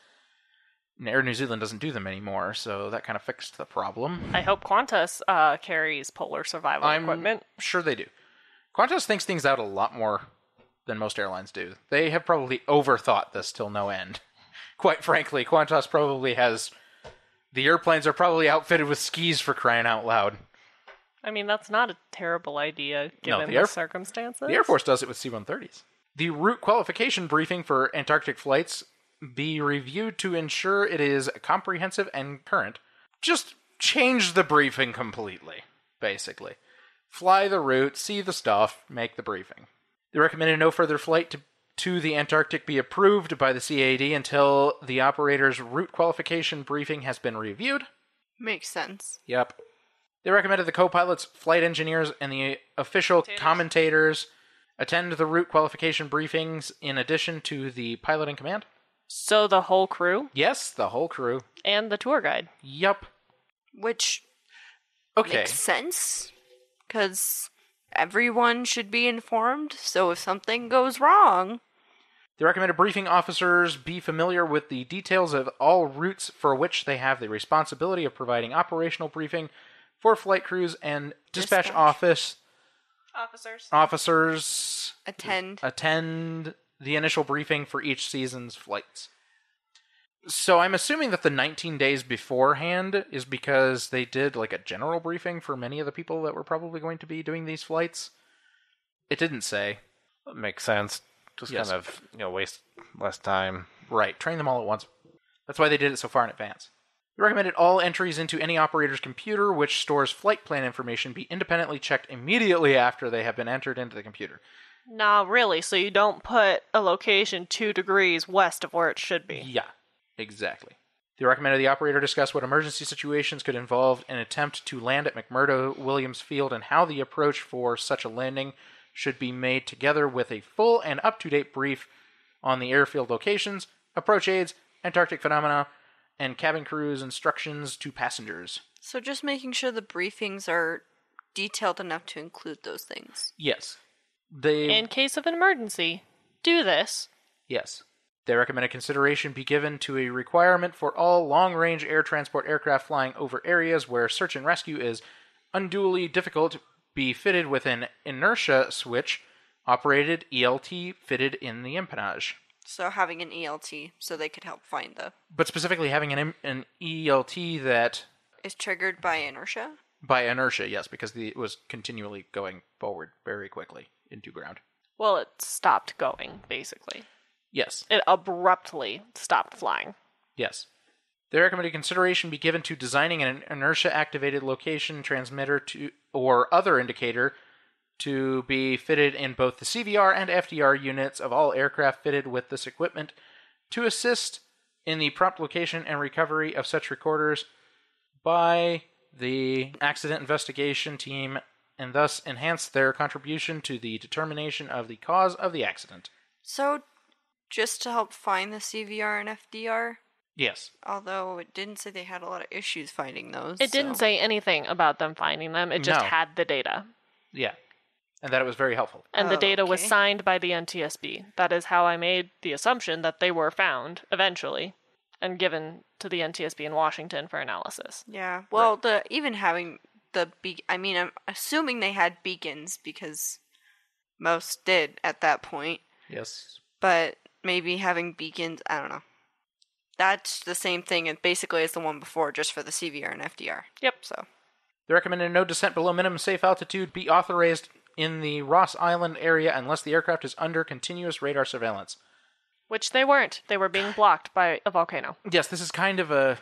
Speaker 2: And Air New Zealand doesn't do them anymore, so that kind of fixed the problem.
Speaker 3: I hope Qantas uh, carries polar survival
Speaker 2: I'm
Speaker 3: equipment.
Speaker 2: sure they do. Qantas thinks things out a lot more than most airlines do. They have probably overthought this till no end. Quite frankly, Qantas probably has. The airplanes are probably outfitted with skis for crying out loud.
Speaker 3: I mean, that's not a terrible idea
Speaker 2: No,
Speaker 3: given
Speaker 2: the
Speaker 3: the,
Speaker 2: Air-
Speaker 3: circumstances.
Speaker 2: The Air Force does it with C 130s. The route qualification briefing for Antarctic flights be reviewed to ensure it is comprehensive and current. Just change the briefing completely, basically. Fly the route, see the stuff, make the briefing. They recommended no further flight to, to the Antarctic be approved by the CAD until the operator's route qualification briefing has been reviewed.
Speaker 5: Makes sense.
Speaker 2: Yep. They recommended the co pilots, flight engineers, and the official commentators attend the route qualification briefings in addition to the pilot in command.
Speaker 3: So the whole crew
Speaker 2: Yes, the whole crew.
Speaker 3: and the tour guide.
Speaker 2: Yep.
Speaker 5: Which
Speaker 2: Okay.
Speaker 5: makes sense because everyone should be informed. So if something goes wrong,
Speaker 2: They recommended briefing officers be familiar with the details of all routes for which they have the responsibility of providing operational briefing for flight crews and dispatch,
Speaker 5: Dispatch.
Speaker 2: office officers
Speaker 5: attend.
Speaker 4: Mm.
Speaker 2: attend the initial briefing for each season's flights. So I'm assuming that the 19 days beforehand is because they did like a general briefing for many of the people that were probably going to be doing these flights. It didn't say.
Speaker 4: That makes sense. Just
Speaker 2: Yes.
Speaker 4: kind of you know waste less time.
Speaker 2: Right, train them all at once. That's why they did it so far in advance. They recommended all entries into any operator's computer which stores flight plan information be independently checked immediately after they have been entered into the computer.
Speaker 3: Nah, really. So you don't put a location two degrees west of where it should be.
Speaker 2: Yeah, exactly. They recommended the operator discuss what emergency situations could involve an attempt to land at McMurdo Williams Field and how the approach for such a landing should be made together with a full and up to date brief on the airfield locations, approach aids, Antarctic phenomena, and cabin crew's instructions to passengers.
Speaker 5: So just making sure the briefings are detailed enough to include those things.
Speaker 2: Yes. They
Speaker 3: In case of an emergency, do this.
Speaker 2: Yes. They recommend a consideration be given to a requirement for all long range air transport aircraft flying over areas where search and rescue is unduly difficult be fitted with an inertia switch operated ELT fitted in the empennage.
Speaker 5: So having an ELT so they could help find the
Speaker 2: But specifically, having an, em- an ELT that,
Speaker 5: is triggered by inertia.
Speaker 2: by inertia, yes, because the, it was continually going forward very quickly into ground.
Speaker 3: Well, it stopped going, basically.
Speaker 2: Yes.
Speaker 3: It abruptly stopped flyying.
Speaker 2: Yes. They recommended consideration be given to designing an inertia activated location transmitter to or other indicator to be fitted in both the CVR and FDR units of all aircraft fitted with this equipment to assist in the prompt location and recovery of such recorders by the accident investigation team and thus enhance their contribution to the determination of the cause of the accident.
Speaker 5: So just to help find the CVR and FDR,
Speaker 2: Yes.
Speaker 5: although it didn't say they had a lot of issues finding those.
Speaker 3: It didn't
Speaker 5: so-
Speaker 3: say anything about them finding them. It just
Speaker 2: No.
Speaker 3: had the data.
Speaker 2: Yeah. And that it was very helpful.
Speaker 3: And the
Speaker 5: Oh,
Speaker 3: data was
Speaker 5: okay.
Speaker 3: signed by the NTSB. That is how I made the assumption that they were found eventually and given to the NTSB in Washington for analysis.
Speaker 5: Yeah. Well, the even having the be- I mean, I'm assuming they had beacons because most did at that point,
Speaker 2: Yes.
Speaker 5: but maybe having beacons, I don't know. That's the same thing and basically as the one before just for the CVR and FDR.
Speaker 3: Yep.
Speaker 5: So,
Speaker 2: They recommended no descent below minimum safe altitude be authorized in the Ross Island area unless the aircraft is under continuous radar surveillance.
Speaker 3: Which they weren't. They were being blocked by a volcano.
Speaker 2: Yes, this is kind of a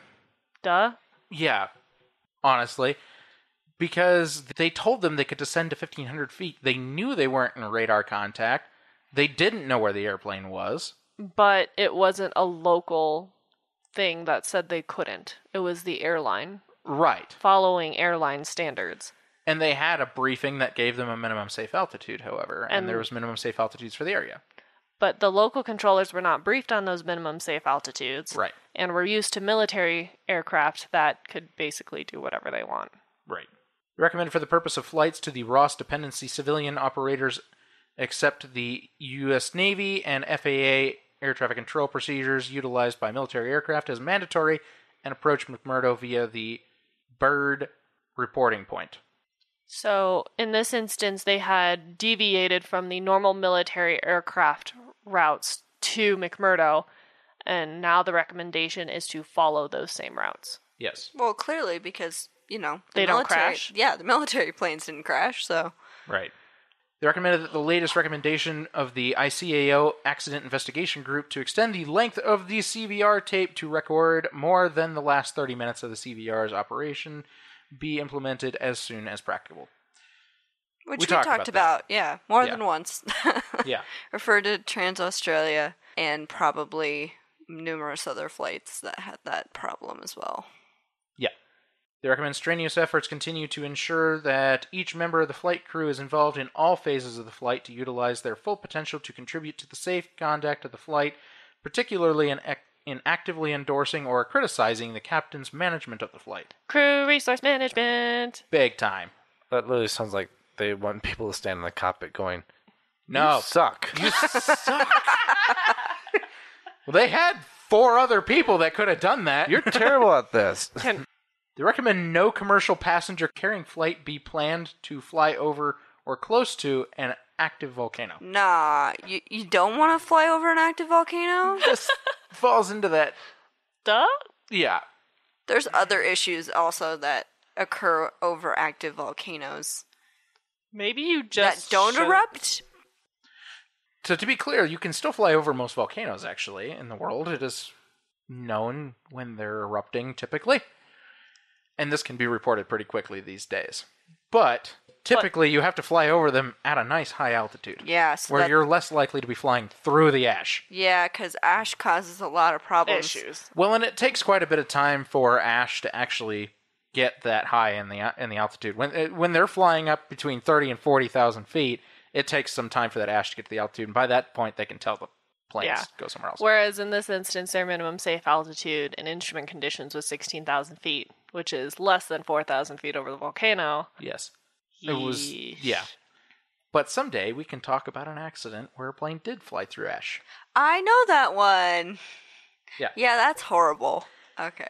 Speaker 3: Duh.
Speaker 2: yeah, honestly, because they told them they could descend to 1500 feet. They knew they weren't in radar contact. They didn't know where the airplane was.
Speaker 3: But it wasn't a local thing that said they couldn't. It was the airline
Speaker 2: Right.
Speaker 3: following airline standards.
Speaker 2: And they had a briefing that gave them a minimum safe altitude, however, and,
Speaker 3: And-
Speaker 2: there was minimum safe altitudes for the area.
Speaker 3: But the local controllers were not briefed on those minimum safe altitudes.
Speaker 2: Right.
Speaker 3: And were used to military aircraft that could basically do whatever they want.
Speaker 2: Right. Recommended for the purpose of flights to the Ross Dependency civilian operators, except the U.S. Navy and FAA air traffic control procedures utilized by military aircraft as mandatory, and approach McMurdo via the bird reporting point.
Speaker 3: So, in this instance, they had deviated from the normal military aircraft routes to McMurdo, and now the recommendation is to follow those same routes.
Speaker 2: Yes.
Speaker 5: well, clearly because, you know, the
Speaker 3: They don't
Speaker 5: military-
Speaker 3: crash?
Speaker 5: Yeah, the military planes didn't crash, so
Speaker 2: Right. They recommended that the latest recommendation of the ICAO Accident Investigation Group to extend the length of the CVR tape to record more than the last 30 minutes of the CVR's operation be implemented as soon as practicable.
Speaker 5: which
Speaker 2: We
Speaker 5: we,
Speaker 2: talked
Speaker 5: talked,
Speaker 2: about
Speaker 5: about, yeah, more
Speaker 2: Yeah.
Speaker 5: than once.
Speaker 2: Yeah.
Speaker 5: Referred to Trans Australia and probably numerous other flights that had that problem as well.
Speaker 2: Yeah. They recommend strenuous efforts continue to ensure that each member of the flight crew is involved in all phases of the flight to utilize their full potential to contribute to the safe conduct of the flight, particularly in, ac- in actively endorsing or criticizing the captain's management of the flight.
Speaker 3: Crew resource management.
Speaker 2: Big time.
Speaker 4: That literally sounds like they want people to stand in the cockpit going,
Speaker 2: No.
Speaker 4: "You suck."
Speaker 2: You suck. well, they had four other people that could have done that.
Speaker 4: You're terrible at this.
Speaker 2: They recommend no commercial passenger carrying flight be planned to fly over or close to an active volcano.
Speaker 5: Nah, you, you don't want to fly over an active volcano?
Speaker 2: This falls into that.
Speaker 3: Duh?
Speaker 2: Yeah.
Speaker 5: There's other issues also that occur over active volcanoes
Speaker 3: Maybe you just.
Speaker 5: that don't
Speaker 3: should-
Speaker 5: erupt.
Speaker 2: So to be clear, you can still fly over most volcanoes actually in the world. It is known when they're erupting typically. And this can be reported pretty quickly these days. But typically, you have to fly over them at a nice high altitude.
Speaker 5: Yeah, so
Speaker 2: where
Speaker 5: that-
Speaker 2: you're less likely to be flying through the ash.
Speaker 5: Yeah, because ash causes a lot of problems.
Speaker 3: Issues.
Speaker 2: Well, and it takes quite a bit of time for ash to actually get that high in the in the altitude. When uh, when they're flying up between thirty and forty thousand feet, it takes some time for that ash to get to the altitude, and by that point, they can tell the planes
Speaker 3: Yeah.
Speaker 2: go somewhere else.
Speaker 3: Whereas in this instance, their minimum safe altitude and instrument conditions was 16,000 feet, which is less than 4,000 feet over the volcano.
Speaker 2: yes, it was.
Speaker 3: Yeesh.
Speaker 2: Yeah, but someday we can talk about an accident where a plane did fly through ash.
Speaker 5: I know that one.
Speaker 2: Yeah.
Speaker 5: Yeah, that's horrible. Okay.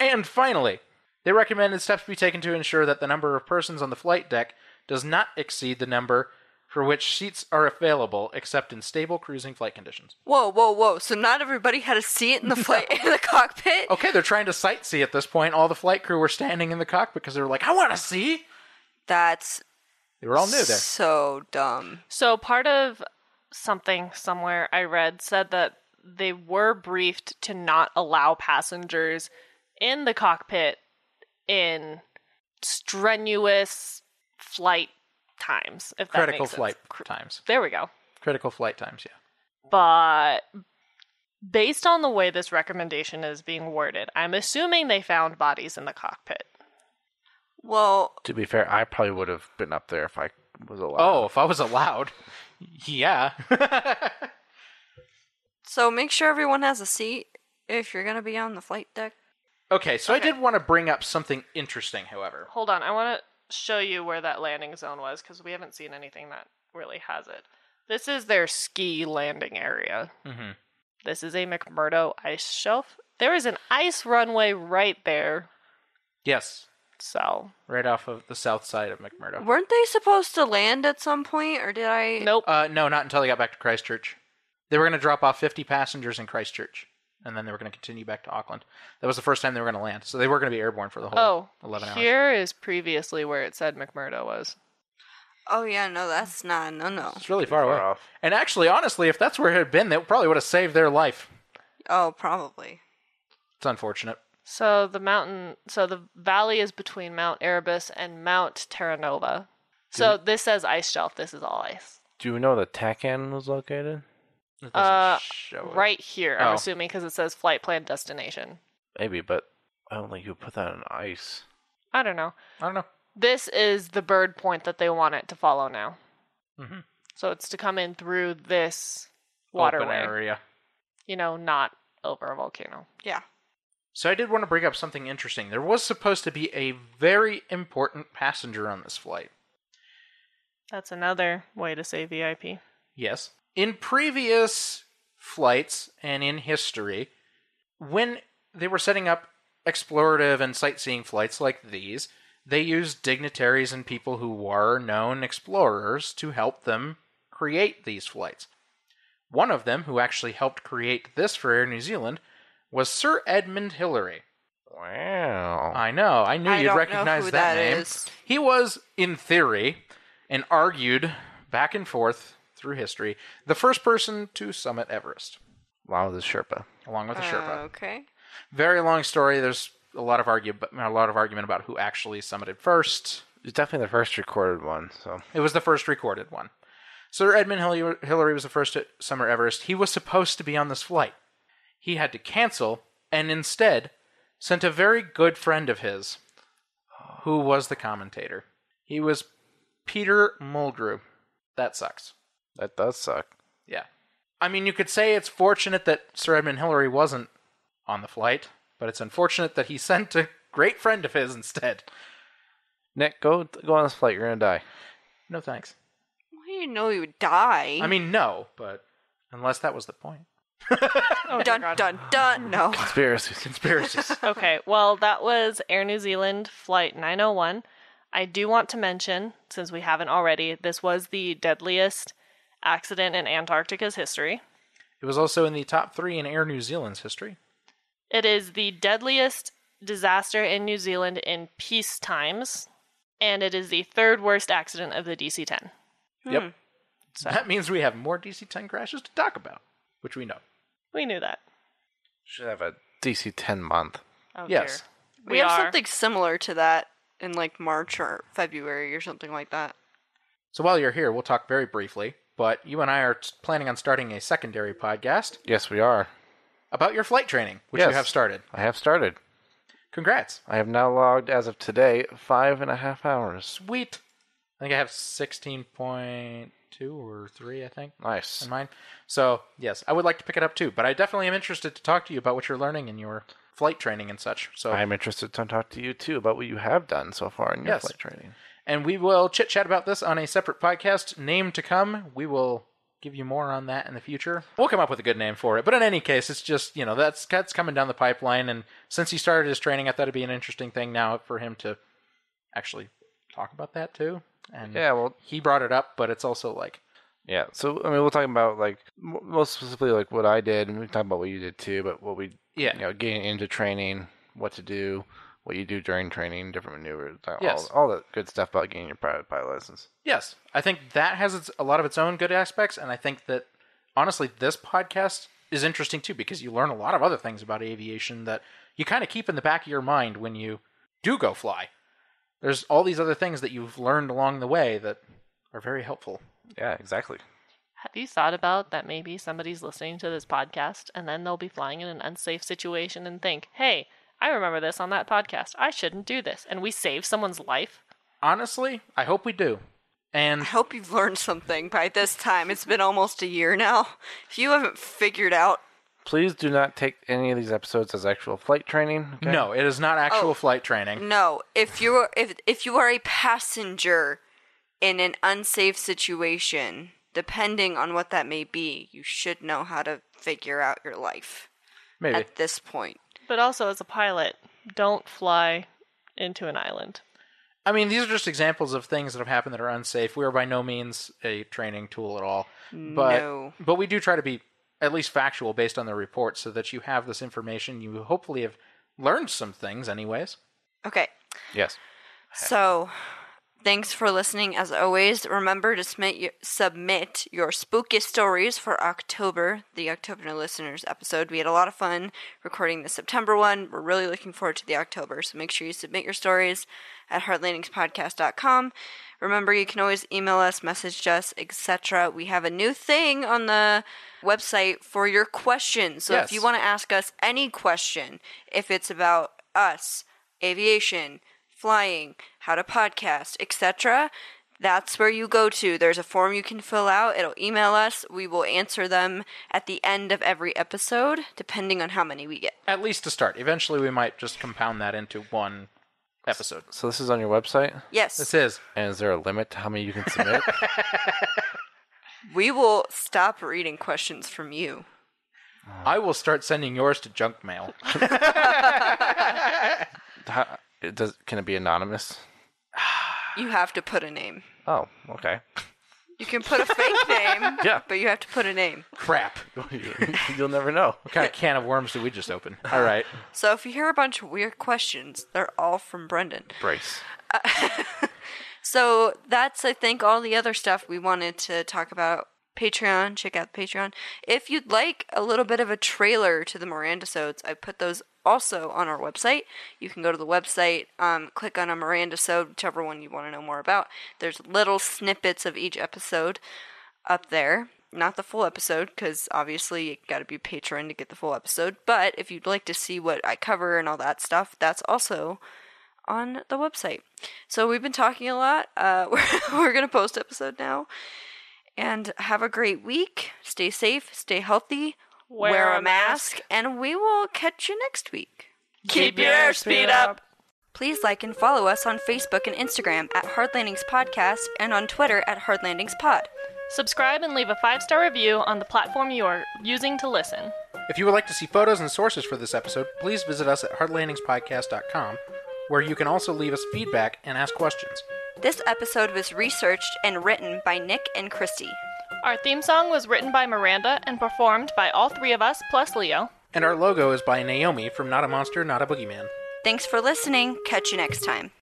Speaker 2: And finally, they recommended steps be taken to ensure that the number of persons on the flight deck does not exceed the number for which seats are available except in stable cruising flight conditions.
Speaker 5: Whoa, whoa, whoa. So not everybody had a seat in the flight in the cockpit?
Speaker 3: Oh.
Speaker 2: Okay, they're trying to sightsee at this point. All the flight crew were standing in the cockpit because they were like, I want to see.
Speaker 5: That's
Speaker 2: They were all new there.
Speaker 5: so dumb.
Speaker 3: So part of something somewhere I read said that they were briefed to not allow passengers in the cockpit in strenuous flight times. If that
Speaker 2: Critical
Speaker 3: makes sense.
Speaker 2: flight times.
Speaker 3: There we go.
Speaker 2: Critical flight times, yeah.
Speaker 3: but based on the way this recommendation is being worded, I'm assuming they found bodies in the cockpit.
Speaker 5: Well,
Speaker 4: To be fair, I probably would have been up there if I was allowed.
Speaker 2: Oh, if I was allowed. Yeah.
Speaker 5: so make sure everyone has a seat if you're going to be on the flight deck.
Speaker 2: okay, so I did want to bring up something interesting, however.
Speaker 3: Hold on, I want to show you where that landing zone was because we haven't seen anything that really has it. This is their ski landing area.
Speaker 2: hmm
Speaker 3: This is a McMurdo ice shelf. There is an ice runway right there.
Speaker 2: Yes,
Speaker 3: So,
Speaker 2: right off of the south side of McMurdo.
Speaker 5: Weren't they supposed to land at some point or did I
Speaker 3: nope.
Speaker 2: Uh, no, not until they got back to Christchurch. They were going to drop off 50 passengers in Christchurch, and then they were going to continue back to Auckland. That was the first time they were going to land, so they were going to be airborne for the whole
Speaker 3: oh,
Speaker 2: 11 hours.
Speaker 3: here is previously where it said McMurdo was.
Speaker 5: Oh yeah, no, that's not. No, no.
Speaker 2: It's really far,
Speaker 4: Far
Speaker 2: away.
Speaker 4: off.
Speaker 2: And actually, honestly, if that's where it had been, they probably would have saved their life.
Speaker 5: Oh, probably.
Speaker 2: It's unfortunate.
Speaker 3: So the mountain, so the valley is between Mount Erebus and Mount Terra Nova. So this says ice shelf. This is all ice.
Speaker 4: Do you know the TACAN was located?
Speaker 2: It doesn't
Speaker 3: Uh,
Speaker 2: show it.
Speaker 3: right here, I'm
Speaker 2: Oh.
Speaker 3: assuming, because it says flight plan destination.
Speaker 4: Maybe, but I don't think you put that on ice.
Speaker 3: I don't know.
Speaker 2: I don't know.
Speaker 3: This is the bird point that they want it to follow now.
Speaker 2: Mm-hmm.
Speaker 3: So it's to come in through this waterway.
Speaker 2: area.
Speaker 3: You know, not over a volcano.
Speaker 5: Yeah.
Speaker 2: So I did want to bring up something interesting. There was supposed to be a very important passenger on this flight.
Speaker 3: That's another way to say VIP.
Speaker 2: Yes. In previous flights and in history, when they were setting up explorative and sightseeing flights like these, they used dignitaries and people who were known explorers to help them create these flights. One of them, who actually helped create this for Air New Zealand, was Sir Edmund Hillary.
Speaker 4: Wow.
Speaker 2: I know. I knew
Speaker 5: I
Speaker 2: you'd
Speaker 5: don't know
Speaker 2: recognize
Speaker 5: who
Speaker 2: that,
Speaker 5: that
Speaker 2: name.
Speaker 5: is.
Speaker 2: He was, in theory, and argued back and forth through history, the first person to summit Everest,
Speaker 4: Wow, the Sherpa.
Speaker 2: along with a Sherpa.
Speaker 5: Okay.
Speaker 2: Very long story. There's a lot of argue, a lot of argument about who actually summited first.
Speaker 4: It's definitely the first recorded one, so
Speaker 2: It was the first recorded one. Sir Edmund Hillary, Hillary was the first to summit Everest. He was supposed to be on this flight. He had to cancel and instead sent a very good friend of his, who was the commentator. He was Peter Mulgrew. That sucks.
Speaker 4: that does suck.
Speaker 2: Yeah. I mean, you could say it's fortunate that Sir Edmund Hillary wasn't on the flight, but it's unfortunate that he sent a great friend of his instead.
Speaker 4: Nick, go go on this flight. You're gonna die.
Speaker 2: No thanks.
Speaker 5: Well, you know you would die.
Speaker 2: I mean, no, but unless that was the point.
Speaker 3: Oh,
Speaker 5: dun dun dun. No.
Speaker 4: Conspiracy. Conspiracies.
Speaker 3: okay, well, that was Air New Zealand Flight 901. I do want to mention, since we haven't already, this was the deadliest accident in Antarctica's history.
Speaker 2: It was also in the top three in Air New Zealand's history.
Speaker 3: It is the deadliest disaster in New Zealand in peace times, and it is the third worst accident of the DC 10.
Speaker 5: Hmm.
Speaker 2: Yep. So that means we have more DC 10 crashes to talk about, which we know.
Speaker 3: We knew that.
Speaker 4: Should have a DC 10 month.
Speaker 3: Oh,
Speaker 2: Yes.
Speaker 3: dear.
Speaker 5: We,
Speaker 3: We
Speaker 5: have
Speaker 3: are.
Speaker 5: something similar to that in like March or February or something like that.
Speaker 2: So while you're here, we'll talk very briefly, but you and I are t- planning on starting a secondary podcast
Speaker 4: Yes, we are.
Speaker 2: about your flight training, which you
Speaker 4: Yes.
Speaker 2: have started.
Speaker 4: I have started.
Speaker 2: Congrats.
Speaker 4: I have now logged, as of today, five and a half hours.
Speaker 2: Sweet. I think I have 16.2 or 3, I think,
Speaker 4: Nice.
Speaker 2: in mine. So, yes, I would like to pick it up too, but I definitely am interested to talk to you about what you're learning in your flight training and such. So,
Speaker 4: I'm interested to talk to you too about what you have done so far in your
Speaker 2: Yes.
Speaker 4: flight training.
Speaker 2: and we will chit chat about this on a separate podcast. Name to come. We will give you more on that in the future. We'll come up with a good name for it. But in any case, it's just you know that's that's coming down the pipeline. And since he started his training, I thought it'd be an interesting thing now for him to actually talk about that too. And
Speaker 4: Yeah, well,
Speaker 2: he brought it up, but it's also like
Speaker 4: yeah. So I mean, we'll talk about like m- most specifically like what I did, and we can talk about what you did too. But what we,
Speaker 2: Yeah.
Speaker 4: you know, getting into training, what to do, what you do during training, different maneuvers, all,
Speaker 2: Yes.
Speaker 4: all that good stuff about getting your private pilot license.
Speaker 2: Yes, I think that has its, a lot of its own good aspects, and I think that honestly, this podcast is interesting too because you learn a lot of other things about aviation that you kind of keep in the back of your mind when you do go fly. There's all these other things that you've learned along the way that are very helpful.
Speaker 4: Yeah, exactly.
Speaker 3: Have you thought about that maybe somebody's listening to this podcast and then they'll be flying in an unsafe situation and think, hey, I remember this on that podcast. I shouldn't do this. And we save someone's life?
Speaker 2: Honestly, I hope we do.
Speaker 5: I
Speaker 2: And
Speaker 5: hope you've learned something by this time. It's been almost a year now. If you haven't figured out,
Speaker 4: Please do not take any of these episodes as actual flight training. okay?
Speaker 2: no, it is not actual
Speaker 5: Oh.
Speaker 2: flight training.
Speaker 5: no, if you're if if you are a passenger in an unsafe situation, depending on what that may be, you should know how to figure out your life
Speaker 2: Maybe.
Speaker 5: at this point.
Speaker 3: But also, as a pilot, don't fly into an island.
Speaker 2: I mean, these are just examples of things that have happened that are unsafe. We are by no means a training tool at all, but
Speaker 5: No.
Speaker 2: but we do try to be at least factual based on the report, so that you have this information. You hopefully have learned some things, anyways.
Speaker 5: Okay.
Speaker 4: Yes.
Speaker 5: So, thanks for listening as always. Remember to submit your, submit your spooky stories for October, the October No Listeners episode. We had a lot of fun recording the September one. We're really looking forward to the October, so make sure you submit your stories at heartlandingspodcast.com. Remember, you can always email us, message us, etc. We have a new thing on the website for your questions. So
Speaker 2: Yes.
Speaker 5: if you want to ask us any question, if it's about us, aviation, flying, how to podcast, etc., that's where you go to. There's a form you can fill out. It'll email us. We will answer them at the end of every episode, depending on how many we get.
Speaker 2: At least to start. Eventually, we might just compound that into one episode.
Speaker 4: So this is on your website,
Speaker 5: Yes.
Speaker 2: This is
Speaker 4: and is there a limit to how many you can submit?
Speaker 5: we will stop reading questions from you.
Speaker 2: I will start sending yours to junk mail.
Speaker 4: how, it does can it be anonymous?
Speaker 5: You have to put a name.
Speaker 4: Oh, okay.
Speaker 5: You can put a fake name,
Speaker 4: Yeah.
Speaker 5: but you have to put a name.
Speaker 2: Crap.
Speaker 4: You'll never know.
Speaker 2: What kind of can of worms did we just open? All right.
Speaker 5: So if you hear a bunch of weird questions, they're all from Brendan.
Speaker 4: Brace.
Speaker 5: So that's, I think, all the other stuff we wanted to talk about. Patreon, check out Patreon. If you'd like a little bit of a trailer to the Mirandasodes, I put those also on our website. You can go to the website, um, click on a Mirandasode, whichever one you want to know more about. There's little snippets of each episode up there. Not the full episode, because obviously you got to be patron to get the full episode. But if you'd like to see what I cover and all that stuff, that's also on the website. So we've been talking a lot. Uh, we're we're gonna post episode now, and have a great week. Stay safe, stay healthy,
Speaker 3: Wear a mask.
Speaker 5: and we will catch you next week.
Speaker 3: Keep your airspeed up.
Speaker 5: Please like and follow us on Facebook and Instagram at Hard Landings Podcast and on Twitter at Hard Landings Pod.
Speaker 3: Subscribe and leave a five star review on the platform you are using to listen.
Speaker 2: If you would like to see photos and sources for this episode, please visit us at heartlandingspodcast.com, where you can also leave us feedback and ask questions.
Speaker 5: This episode was researched and written by Nick and Christy.
Speaker 3: Our theme song was written by Miranda and performed by all three of us plus Leo.
Speaker 2: And our logo is by Naomi from Not a Monster, Not a Boogeyman.
Speaker 5: Thanks for listening. Catch you next time.